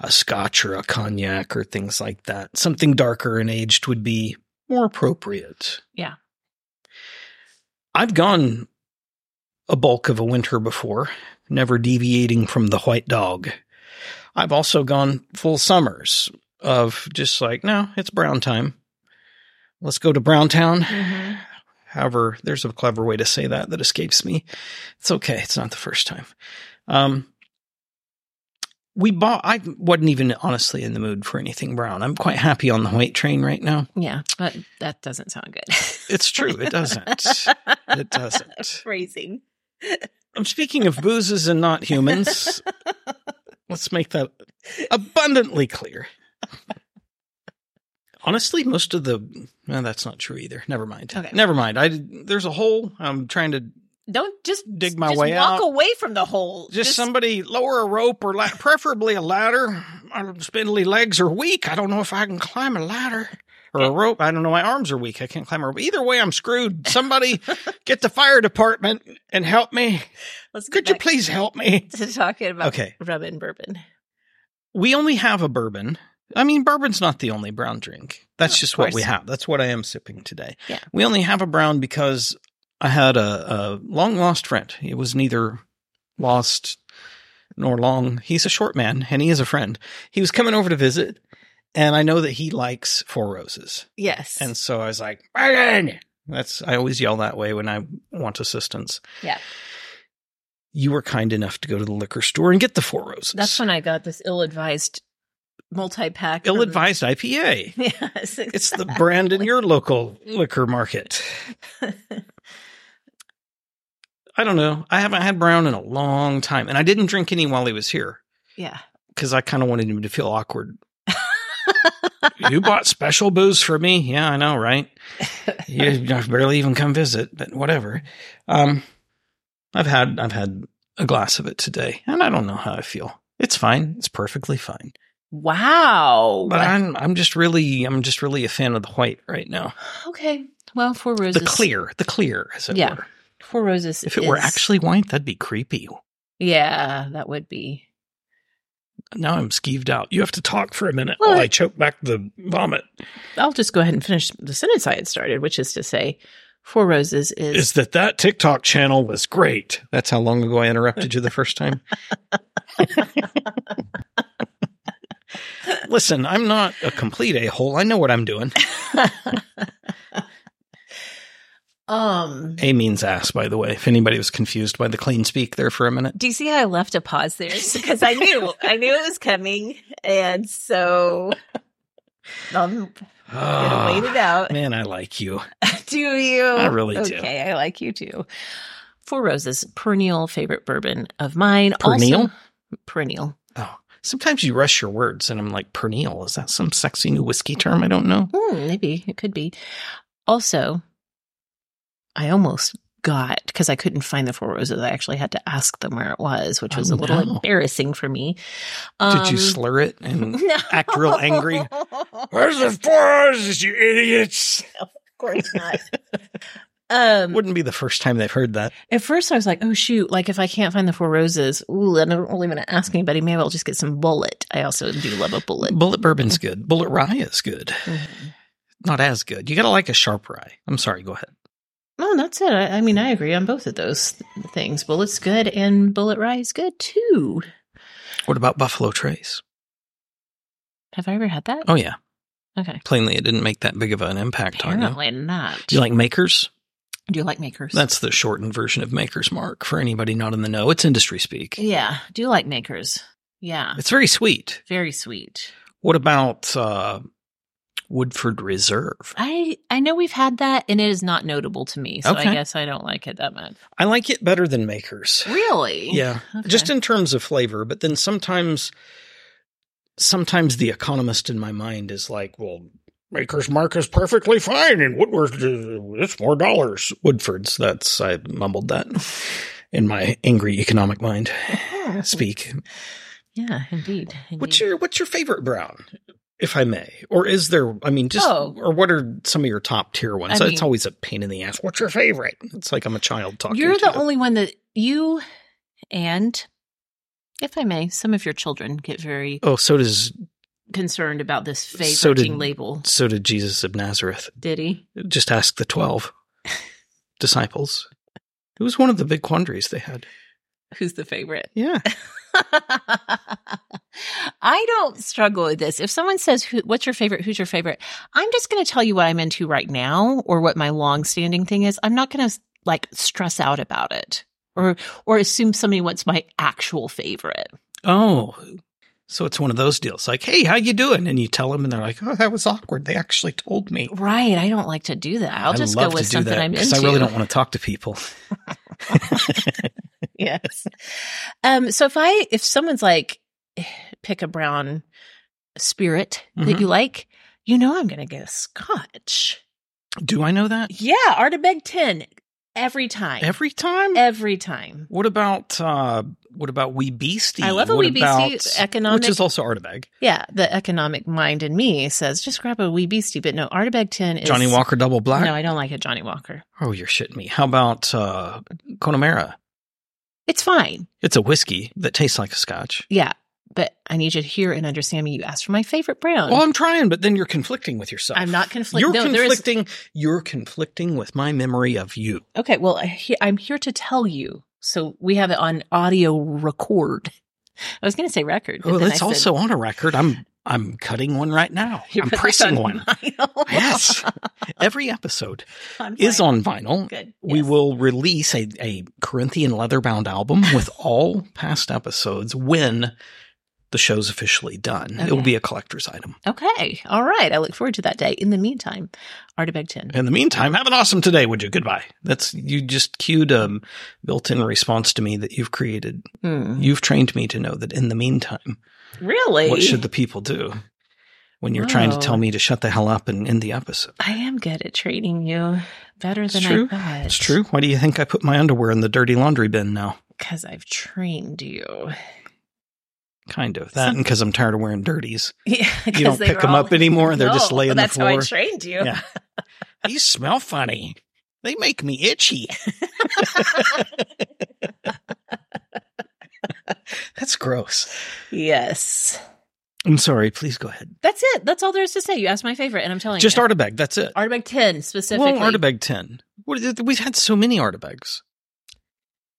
S1: a scotch or a cognac or things like that, something darker and aged, would be more appropriate.
S2: Yeah.
S1: I've gone a bulk of a winter before, never deviating from the white dog. I've also gone full summers of just like, no, it's brown time. Let's go to Brown Town.
S2: Mhm.
S1: However, there's a clever way to say that that escapes me. It's okay. It's not the first time. Um, we bought, I wasn't even honestly in the mood for anything brown. I'm quite happy on the white train right now.
S2: Yeah. But that doesn't sound good.
S1: It's true. It doesn't. It doesn't.
S2: Phrasing.
S1: I'm speaking of boozes and not humans. Let's make that abundantly clear. Honestly, most of the no, that's not true either. Never mind.
S2: Okay.
S1: Never mind. I there's a hole. I'm trying to
S2: Don't just
S1: Dig my
S2: just
S1: way
S2: walk
S1: out.
S2: away from the hole.
S1: just, somebody lower a rope or la- preferably a ladder. My spindly legs are weak. I don't know if I can climb a ladder or a rope. I don't know. My arms are weak. I can't climb a rope. Either way, I'm screwed. Somebody get the fire department and help me.
S2: Let's get
S1: Could you
S2: back
S1: please help me?
S2: to talking about
S1: Okay.
S2: rum and bourbon.
S1: we only have a bourbon. I mean, bourbon's not the only brown drink. That's
S2: Of
S1: just what we
S2: course.
S1: have. That's what I am sipping today.
S2: Yeah.
S1: We only have a brown because I had a, a long lost friend. He was neither lost nor long. He's a short man and he is a friend. He was coming over to visit, and I know that he likes Four Roses.
S2: Yes.
S1: And so I was like, Bourbon! That's I always yell that way when I want assistance.
S2: Yeah.
S1: You were kind enough to go to the liquor store and get the Four Roses.
S2: That's when I got this ill-advised multi-pack. from-
S1: ill-advised IPA.
S2: Yes.
S1: It's the brand in your local liquor market. I don't know. I haven't had brown in a long time, and I didn't drink any while he was here
S2: yeah.
S1: because I kind of wanted him to feel awkward. you bought special booze for me? Yeah, I know, right? You barely even come visit, but whatever. Um, I've had I've had a glass of it today, and I don't know how I feel. It's fine. It's perfectly fine.
S2: Wow.
S1: But I'm I'm just really I'm just really a fan of the white right now.
S2: okay. Well, Four
S1: the
S2: Roses.
S1: clear, the clear, as it
S2: Yeah.
S1: were.
S2: Four Roses.
S1: If it were
S2: is-
S1: actually white, that'd be creepy.
S2: Yeah, that would be.
S1: Now I'm skeeved out. You have to talk for a minute
S2: Well,
S1: while I
S2: it-
S1: choke back the vomit.
S2: I'll just go ahead and finish the sentence I had started, which is to say, Four Roses is.
S1: Is that that TikTok channel was great? That's how long ago I interrupted you the first time. Listen, I'm not a complete a hole. I know what I'm doing.
S2: um.
S1: A means ass, by the way. If anybody was confused by the clean speak there for a minute,
S2: Do you see how I left a pause there? Because I knew, I knew it was coming, and so I'm gonna wait it out.
S1: Ah, man, I like you.
S2: do you?
S1: I really do.
S2: Okay, I like you too. Four Roses, perennial favorite bourbon of mine.
S1: Perennial?
S2: Also, perennial.
S1: Oh, sometimes you rush your words, and I'm like, perennial. Is that some sexy new whiskey term? I don't know.
S2: Hmm, maybe it could be. Also, I almost got because I couldn't find the Four Roses. I actually had to ask them where it was, which was
S1: Oh,
S2: a little
S1: no.
S2: embarrassing for me.
S1: Did you
S2: Um,
S1: slur it and
S2: no.
S1: act real angry? Where's the fours, you idiots?
S2: Of course not. um,
S1: Wouldn't be the first time they've heard that.
S2: At first, I was like, "Oh shoot! Like if I can't find the Four Roses, ooh, I don't really want to ask anybody. Maybe I'll just get some Bullet. I also do love a Bullet.
S1: Bullet bourbon's good. Bullet rye is good. Mm-hmm. Not as good. You gotta like a sharp rye. I'm sorry, go ahead.
S2: No, that's it. I, I mean, I agree on both of those th- things. Bullet's good, and Bullet Rye is good too.
S1: What about Buffalo Trace?
S2: Have I ever had that?
S1: Oh yeah.
S2: okay.
S1: Plainly it didn't make that big of an impact on you.
S2: Apparently not.
S1: Do you like makers?
S2: Do you like makers?
S1: That's the shortened version of makers mark for anybody not in the know. It's industry speak.
S2: yeah. Do you like makers? Yeah.
S1: It's very sweet.
S2: Very sweet.
S1: What about uh Woodford Reserve?
S2: I I know we've had that, and it is not notable to me. So
S1: Okay.
S2: I guess I don't like it that much.
S1: I like it better than makers.
S2: Really?
S1: Yeah.
S2: Okay.
S1: Just in terms of flavor, but then sometimes sometimes the economist in my mind is like, well, Maker's Mark is perfectly fine and Woodward's uh, it's more dollars. Woodford's that's I
S2: Oh.
S1: mumbled that in my angry economic mind speak.
S2: Yeah, indeed. indeed.
S1: What's your what's your favorite brown, if I may? Or is there? I mean, just
S2: Oh.
S1: or what are some of your top tier ones?
S2: I
S1: it's
S2: mean-
S1: always a pain in the ass. What's your favorite? It's like I'm a child talking.
S2: You're
S1: to
S2: the
S1: you.
S2: only one that you and, if I may, some of your children get very
S1: Oh, so does
S2: concerned about this favoriting
S1: So did-
S2: label.
S1: so did Jesus of Nazareth.
S2: Did he?
S1: Just ask the twelve disciples. It was one of the big quandaries they had.
S2: Who's the favorite?
S1: Yeah.
S2: I don't struggle with this. If someone says, Who, "What's your favorite? Who's your favorite?" I'm just going to tell you what I'm into right now, or what my long-standing thing is. I'm not going to like stress out about it, or or assume somebody what's my actual favorite.
S1: Oh, so it's one of those deals. Like, hey, how you doing? And you tell them, and they're like, oh, that was awkward. They actually told me.
S2: Right? I don't like to do that. I'll
S1: I
S2: just go
S1: love to
S2: with
S1: do
S2: something
S1: that
S2: I'm
S1: 'cause
S2: into.
S1: I really don't want to talk to people.
S2: yes. Um, so if I if someone's like pick a brown spirit that
S1: Mhm.
S2: you like, you know I'm gonna get a scotch.
S1: Do I know that
S2: Yeah, Ardbeg ten every time.
S1: every time?
S2: Every time.
S1: what about uh what about Wee Beastie?
S2: I love a
S1: What
S2: Wee Beastie, economic-
S1: which is also Artebag.
S2: Yeah, the economic mind in me says just grab a wee beastie, but no, Ardbeg ten is
S1: Johnny Walker Double Black.
S2: No, I don't like a Johnny Walker.
S1: oh, you're shitting me. How about uh Connemara?
S2: It's fine.
S1: It's a whiskey that tastes like a Scotch.
S2: Yeah, but I need you to hear and understand me. You asked for my favorite brown.
S1: Well, I'm trying, but then you're conflicting with yourself.
S2: I'm not conflict-
S1: You're
S2: no, there is-
S1: conflicting. You're conflicting with my memory of you.
S2: Okay, well, I he- I'm here to tell you. So we have it on audio record. I was going to say record. but
S1: Oh,
S2: then I
S1: that's
S2: said-
S1: also on a record. I'm I'm cutting one right now.
S2: You're
S1: I'm
S2: right
S1: pressing
S2: on
S1: one.
S2: vinyl.
S1: Yes. Every episode
S2: On
S1: is
S2: vinyl.
S1: on vinyl.
S2: Good.
S1: We
S2: Yes.
S1: will release a, a Corinthian leather bound album with all past episodes when the show's officially done. It will
S2: Okay.
S1: be a collector's item.
S2: Okay. All right. I look forward to that day. In the meantime, Artebeg 10.
S1: In the meantime, have an awesome today, would you? Goodbye. That's you just cued a built in response to me that you've created.
S2: Hmm.
S1: You've trained me to know that in the meantime,
S2: Really?
S1: what should the people do when you're trying to
S2: Oh.
S1: tell me to shut the hell up and end the episode?
S2: I am good at trading you better than
S1: It's true.
S2: I thought.
S1: It's true. Why do you think I put my underwear in the dirty laundry bin now?
S2: Because I've trained you.
S1: Kind of that, and because I'm tired of wearing dirties.
S2: Yeah,
S1: You don't pick them up anymore; they're just laying on the
S2: that's
S1: floor.
S2: how I trained you.
S1: Yeah, these smell funny. They make me itchy. That's gross.
S2: Yes.
S1: I'm sorry. Please go ahead.
S2: That's it. That's all there is to say. You asked my favorite, and I'm telling
S1: Just
S2: you.
S1: Artebeg. That's it.
S2: Artebeg 10
S1: well,
S2: Oh, specifically.
S1: Artebeg ten. What is it? We've had so many Artebegs.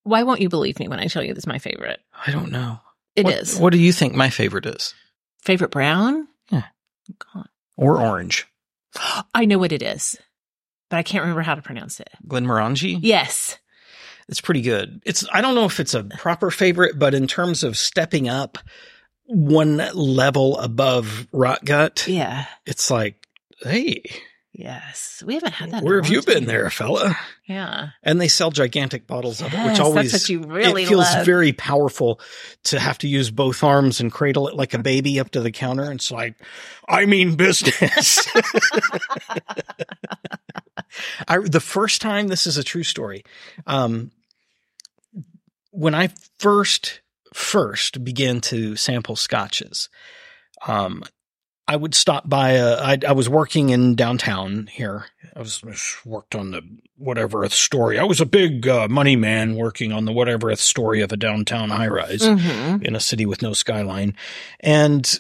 S2: Why won't you believe me when I tell you this is my favorite?
S1: I don't know.
S2: It is
S1: what, What do you think my favorite is?
S2: Favorite brown?
S1: Yeah.
S2: God.
S1: Or orange?
S2: I know what it is, but I can't remember how to pronounce it.
S1: Glenmorangie?
S2: Yes.
S1: It's pretty good. It's I don't know if it's a proper favorite, but in terms of stepping up one level above rot gut,
S2: Yeah.
S1: it's like, hey,
S2: Yes. We haven't had that. in a
S1: where have
S2: long
S1: you been
S2: time.
S1: there, fella?
S2: Yeah.
S1: And they sell gigantic bottles of it,
S2: Yes,
S1: which
S2: that's
S1: always
S2: what you really
S1: it feels
S2: love.
S1: very powerful to have to use both arms and cradle it like a baby up to the counter. And it's like, I mean business. I the first time this is a true story. Um, when I first first began to sample scotches, um, I would stop by. A, I, I was working in downtown here. I was worked on the whatever Earth story. I was a big uh, money man working on the whatever Earth story of a downtown high rise
S2: Mm-hmm.
S1: in a city with no skyline. And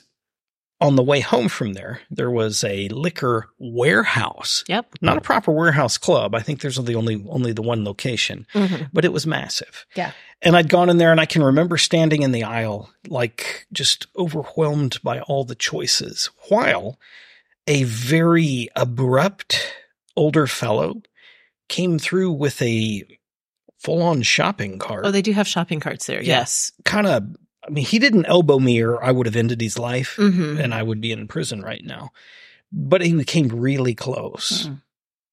S1: on the way home from there, there was a liquor warehouse
S2: Yep.
S1: not a proper warehouse club. I think there's the only only the one location,
S2: Mhm.
S1: but it was massive.
S2: Yeah.
S1: And I'd gone in there and I can remember standing in the aisle like just overwhelmed by all the choices while a very abrupt older fellow came through with a full-on shopping cart.
S2: Oh, they do have shopping carts there.
S1: Yeah.
S2: Yes.
S1: kind of I mean he didn't elbow me or I would have ended his life
S2: Mm-hmm.
S1: and I would be in prison right now. But he came really close,
S2: Mm.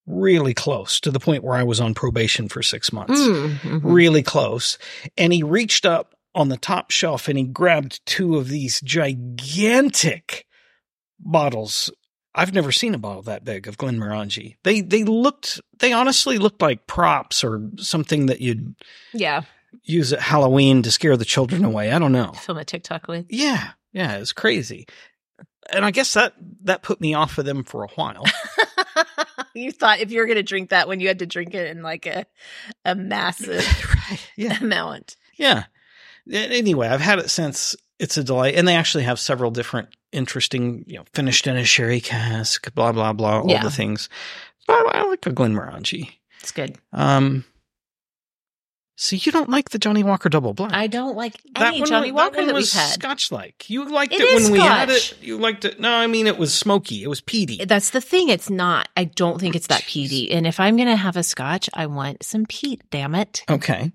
S1: really close to the point where I was on probation for six months,
S2: Mm-hmm.
S1: really close. And he reached up on the top shelf and he grabbed two of these gigantic bottles. I've never seen a bottle that big of Glenmorangie. They they looked they honestly looked like props or something that you'd
S2: Yeah.
S1: use at Halloween to scare the children away. I don't know.
S2: Film a TikTok with.
S1: Yeah, yeah, it's crazy. And I guess that that put me off of them for a while.
S2: you thought if you were going to drink that one, you had to drink it in like a a massive
S1: right. Yeah.
S2: amount.
S1: Yeah. A- Anyway, I've had it since. It's a delight, and they actually have several different interesting, you know, finished in a sherry cask, blah blah blah, all
S2: Yeah.
S1: the things. But I like a Glenmorangie.
S2: It's good.
S1: Um. So you don't like the Johnny Walker Double Black?
S2: I don't like any Johnny Walker that,
S1: one
S2: we've
S1: was
S2: had.
S1: Scotch-like. You liked
S2: It
S1: it,
S2: is
S1: when we had it.
S2: Scotch.
S1: You liked it. No, I mean it was smoky. It was peaty.
S2: That's the thing. It's not. I don't think it's that
S1: Jeez.
S2: peaty. And if I'm going to have a scotch, I want some peat. Damn it!
S1: Okay.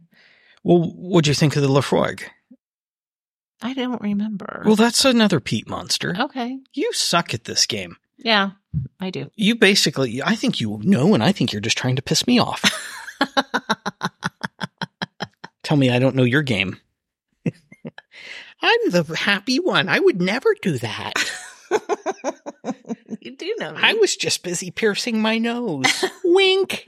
S1: Well, what'd you think of the Lafroig?
S2: I don't remember.
S1: Well, that's another peat monster.
S2: okay.
S1: You suck at this game.
S2: Yeah, I do.
S1: You basically, I think you know, and I think you're just trying to piss me off. Tell me I don't know your game. I'm the happy one. I would never do that.
S2: You do know. me.
S1: I was just busy piercing my nose. Wink.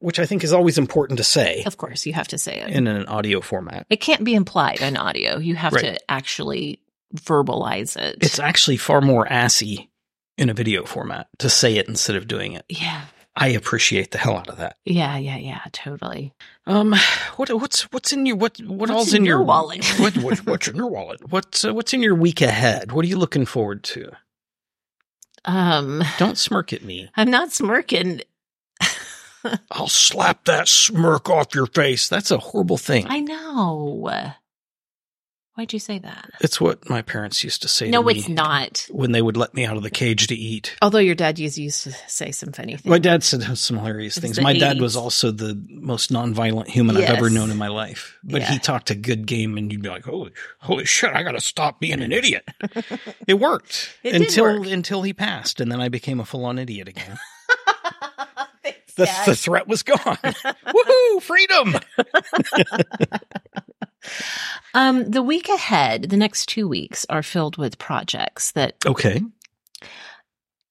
S1: Which I think is always important to say
S2: of course, you have to say it.
S1: in an audio format.
S2: it can't be implied on audio. You have
S1: Right.
S2: to actually verbalize it.
S1: It's actually far more assy in a video format to say it instead of doing it.
S2: yeah,
S1: I appreciate the hell out of that.
S2: yeah, yeah, yeah. Totally.
S1: Um, what what's what's in your what what
S2: What's
S1: all's
S2: in
S1: in,
S2: your wallet?
S1: what, what what's in your wallet? What's uh, what's in your week ahead? What are you looking forward to?
S2: Um,
S1: Don't smirk at me.
S2: I'm not smirking.
S1: I'll slap that smirk off your face. That's a horrible thing.
S2: I know. Why'd you say that?
S1: It's what my parents used to say.
S2: No,
S1: to me
S2: it's not.
S1: When they would let me out of the cage to eat.
S2: Although your dad used used to say some funny things.
S1: My dad said some hilarious
S2: It's
S1: things.
S2: the
S1: My dad
S2: 80s.
S1: was also the most nonviolent human
S2: Yes.
S1: I've ever known in my life. But
S2: Yeah.
S1: he talked a good game, and you'd be like, "Holy, holy shit! I got to stop being an idiot." it worked
S2: It did
S1: until
S2: work.
S1: until he passed, and then I became a full on idiot again.
S2: Thanks,
S1: The,
S2: Dad.
S1: the threat was gone. Woohoo! Freedom.
S2: um, the week ahead, the next two weeks are filled with projects that
S1: Okay.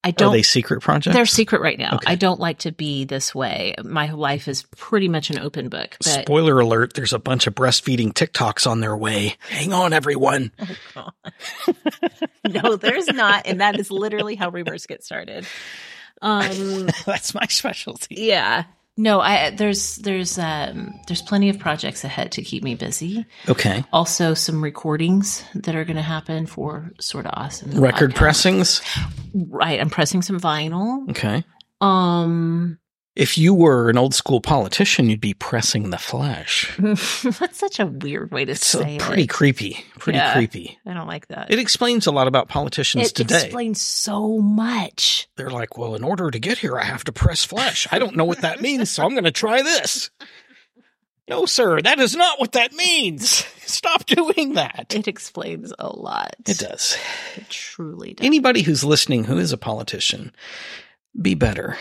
S2: I
S1: Are
S2: don't.
S1: they secret projects?
S2: are secret right now.
S1: Okay.
S2: I don't like to be this way. My life is pretty much an open book. But
S1: Spoiler alert, there's a bunch of breastfeeding TikToks on their way. Hang on, everyone.
S2: no, there's not, and that is literally how reverse gets started. Um,
S1: That's my specialty.
S2: yeah, no, I there's there's um there's plenty of projects ahead to keep me busy.
S1: Okay.
S2: Also, some recordings that are going to happen for sort of awesome
S1: Record
S2: podcasts.
S1: pressings.
S2: Right, I'm pressing some vinyl.
S1: Okay.
S2: Um,
S1: If you were an old school politician, you'd be pressing the flesh.
S2: that's such a weird way to
S1: It's
S2: say
S1: uh, pretty
S2: it.
S1: creepy. Pretty
S2: Yeah.
S1: creepy.
S2: I don't like that.
S1: It explains a lot about politicians
S2: It
S1: today.
S2: explains so much.
S1: They're like, well, in order to get here, I have to press flesh. I don't know what that means, so I'm going to try this. No, sir, that is not what that means. Stop doing that.
S2: It explains a lot.
S1: It does.
S2: It truly does.
S1: Anybody who's listening who is a politician, be better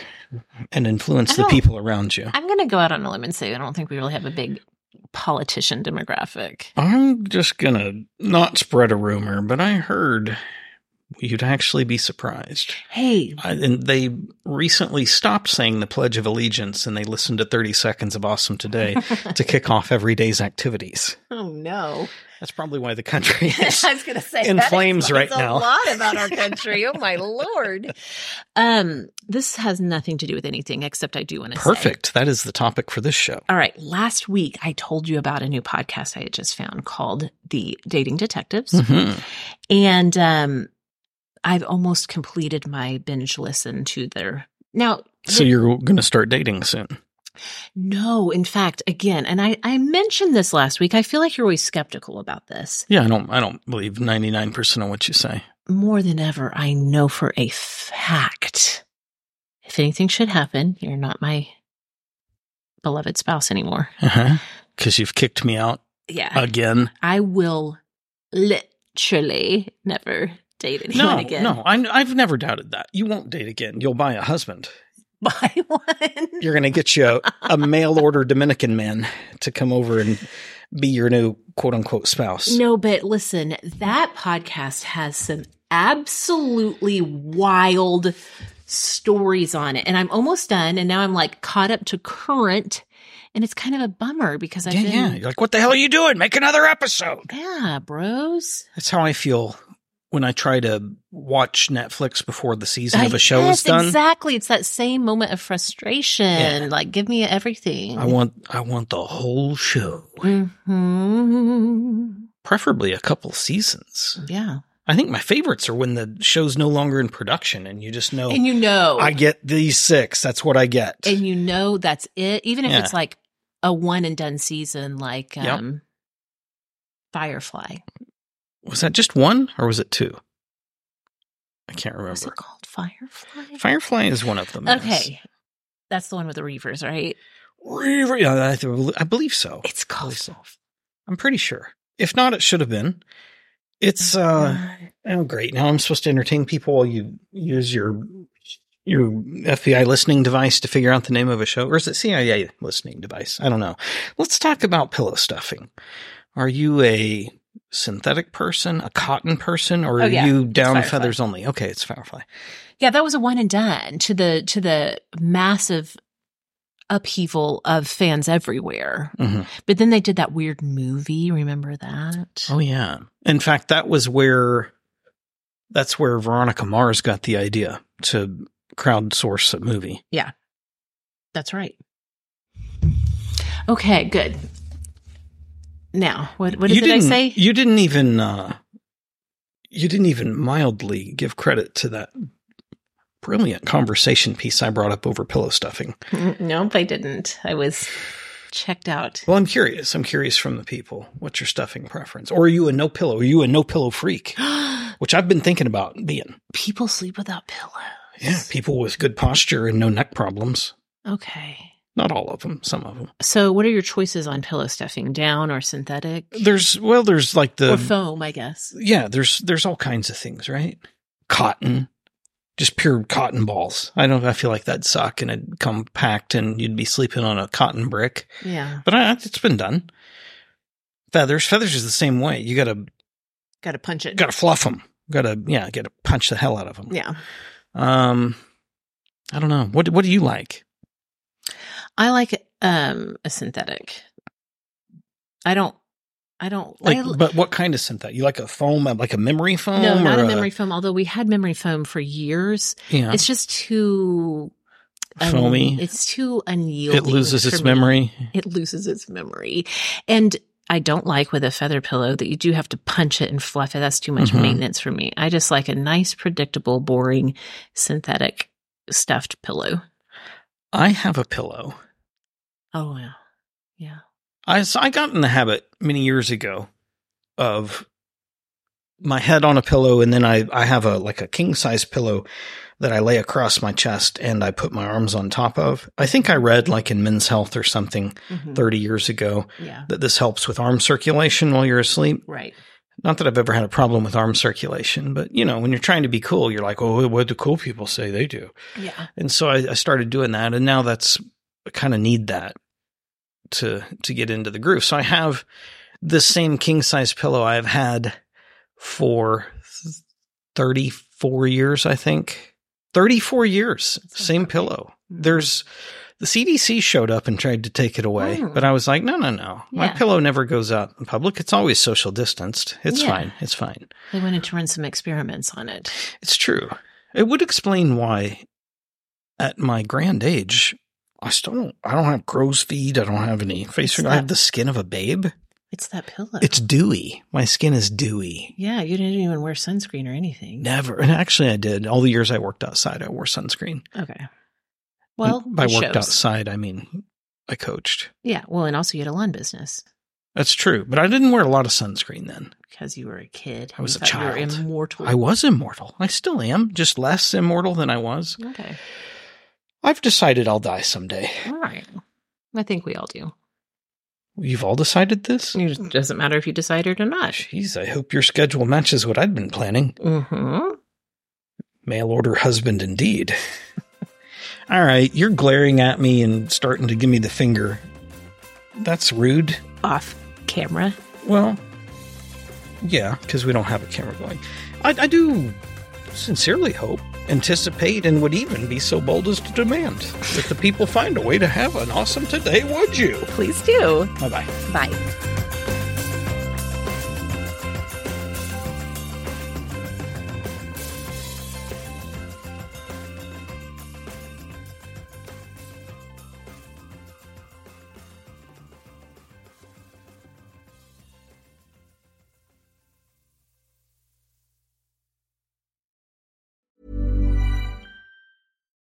S1: and influence
S2: I
S1: the
S2: don't-
S1: people around you.
S2: I'm going to go out on a limb and say I don't think we really have a big politician demographic.
S1: I'm just going to not spread a rumor, but I heard you'd actually be surprised.
S2: Hey,
S1: I, and they recently stopped saying the Pledge of Allegiance and they listened to 30 seconds of Awesome Today to kick off every day's activities.
S2: oh no.
S1: That's probably why the country is.
S2: I was going to say
S1: In
S2: that
S1: flames
S2: explains
S1: right now.
S2: A lot about our country. Oh my lord. Um, this has nothing to do with anything except I do want to say-
S1: Perfect. That is the topic for this show.
S2: All right. Last week, I told you about a new podcast I had just found called The Dating Detectives.
S1: Mhm.
S2: And um, I've almost completed my binge listen to their. Now,
S1: So you're going to start dating soon.
S2: no, in fact, again, and I, I mentioned this last week. I feel like you're always skeptical about this.
S1: Yeah, I don't. I don't believe 99% of what you say.
S2: More than ever, I know for a fact if anything should happen, you're not my beloved spouse anymore.
S1: Uh-huh. Because you've kicked me out
S2: Yeah.
S1: again.
S2: I will literally never date anyone
S1: no,
S2: again.
S1: no, I, I've never doubted that. You won't date again. You'll buy a husband.
S2: Buy one.
S1: You're going to get you a, a mail order Dominican man to come over and be your new quote unquote spouse.
S2: No, but listen, that podcast has some absolutely wild stories on it. And I'm almost done. And now I'm like caught up to current And it's kind of a bummer because I've
S5: yeah,
S2: been,
S5: yeah. You're like, what the hell are you doing? Make another episode.
S2: yeah, bros.
S1: That's how I feel when I try to watch Netflix before the season of
S2: I-
S1: a show
S2: yes,
S1: is done.
S2: Exactly. It's that same moment of frustration.
S1: Yeah.
S2: Like, give me everything.
S1: I want I want the whole show,
S2: hmm
S1: preferably a couple seasons.
S2: Yeah.
S1: I think my favorites are when the show's no longer in production and you just know
S2: And you know,
S1: Oh. I get these six. That's what I get.
S2: and you know that's it. Even if
S1: Yeah.
S2: it's like a one and done season, like
S1: Yep.
S2: um, Firefly.
S1: was that just one or was it two? I can't
S2: What's
S1: remember.
S2: it called? Firefly?
S1: Firefly is one of them. yes.
S2: Okay. That's the one with the Reavers, right?
S1: Re- re- I th- I believe so.
S2: It's
S1: I
S2: called.
S1: believe so. I'm pretty sure. If not, it should have been. It's uh oh great. Now I'm supposed to entertain people while you use your your FBI listening device to figure out the name of a show, or is it CIA listening device? I don't know. Let's talk about pillow stuffing. Are you a synthetic person, a cotton person, or
S2: Oh,
S1: are
S2: yeah.
S1: you
S2: It's
S1: down
S2: Firefly.
S1: feathers only? Okay, it's Firefly.
S2: Yeah, that was a one and done to the to the massive upheaval of fans everywhere.
S1: Mhm.
S2: But then they did that weird movie. Remember that?
S1: Oh yeah. In fact, that was where that's where Veronica Mars got the idea to crowdsource a movie.
S2: That's right. Okay, good. Now, what what
S1: You
S2: did I
S1: didn't-
S2: say?
S1: You didn't even uh, you didn't even mildly give credit to that brilliant conversation piece I brought up over pillow stuffing.
S2: Mm, nope, I didn't. I was checked out.
S1: Well, I'm curious. I'm curious from the people. What's your stuffing preference? Or are you a no pillow? Are you a no pillow freak? Which I've been thinking about being.
S2: People sleep without pillows.
S1: Yeah, people with good posture and no neck problems.
S2: Okay.
S1: Not all of them, some of them.
S2: So, what are your choices on pillow stuffing? Down or synthetic?
S1: There's well, there's like the
S2: or foam, I guess.
S1: yeah, there's there's all kinds of things, right? Cotton, just pure cotton balls. I don't. I feel like that'd suck, and it'd come packed, and you'd be sleeping on a cotton brick.
S2: Yeah.
S1: But I, it's been done. Feathers, feathers is the same way. You gotta
S2: Got to punch it.
S1: gotta fluff them. Gotta yeah, gotta punch the hell out of them.
S2: yeah.
S1: Um, I don't know. What what do you like?
S2: I like um a synthetic. I don't I don't
S1: Like,
S2: I,
S1: but what kind of synthetic? You like a foam, like a memory foam?
S2: No, not
S1: or
S2: a memory foam, although we had memory foam for years.
S1: Yeah,
S2: It's just too un-
S1: foamy.
S2: it's too unyielding.
S1: it loses
S2: for
S1: its
S2: me.
S1: memory.
S2: It loses its memory. And I don't like with a feather pillow that you do have to punch it and fluff it. That's too much
S1: Mhm.
S2: maintenance for me. I just like a nice, predictable, boring, synthetic stuffed pillow.
S1: I have a pillow
S2: Oh wow. Yeah.
S1: I so I got in the habit many years ago of my head on a pillow, and then I I have a like a king size pillow that I lay across my chest, and I put my arms on top of. I think I read like in Men's Health or something
S2: Mhm.
S1: thirty years ago
S2: Yeah.
S1: that this helps with arm circulation while you're asleep.
S2: Right.
S1: Not that I've ever had a problem with arm circulation, but you know when you're trying to be cool, you're like, oh, what do cool people say they do?
S2: Yeah.
S1: And so I, I started doing that, and now that's I kind of need that to to get into the groove. So I have this same king size pillow I've had for thirty four years, I think. Thirty four years,
S2: That's
S1: same
S2: okay.
S1: pillow.
S2: Mm-hmm.
S1: There's the CDC showed up and tried to take it away,
S2: Mm.
S1: but I was like, no, no, no. My
S2: Yeah.
S1: pillow never goes out in public. It's always social distanced. It's
S2: Yeah.
S1: fine. It's fine.
S2: They wanted to run some experiments on it.
S1: It's true. It would explain why, at my grand age, I still don't. I don't have crow's feet. I don't have any face.
S2: It's
S1: hair. I have
S2: that-
S1: the skin of a babe.
S2: It's that pillow.
S1: It's dewy. My skin is dewy.
S2: yeah, you didn't even wear sunscreen or anything.
S1: Never. And actually, I did. All the years I worked outside, I wore sunscreen.
S2: Okay. Well,
S1: And by
S2: it
S1: worked
S2: shows.
S1: outside, I mean I coached.
S2: Yeah. Well, and also you had a lawn business
S1: That's true. But I didn't wear a lot of sunscreen then.
S2: because you were a kid.
S1: I
S2: and
S1: was
S2: you
S1: a
S2: thought You
S1: child.
S2: were immortal.
S1: I was immortal. I still am. Just less immortal than I was.
S2: Okay.
S1: I've decided I'll die someday.
S2: All right. I think we all do.
S1: You've all decided this.
S2: It just doesn't matter if you decided or not.
S1: Jeez, I hope your schedule matches what I'd been planning.
S2: Mm-hmm.
S1: Mail order husband, indeed. All right, you're glaring at me and starting to give me the finger. That's rude.
S2: Off camera.
S1: Well, yeah, because we don't have a camera going. I, I do sincerely hope anticipate and would even be so bold as to demand that the people find a way to have an awesome today, would you?
S2: Please do.
S1: Bye bye.
S2: Bye.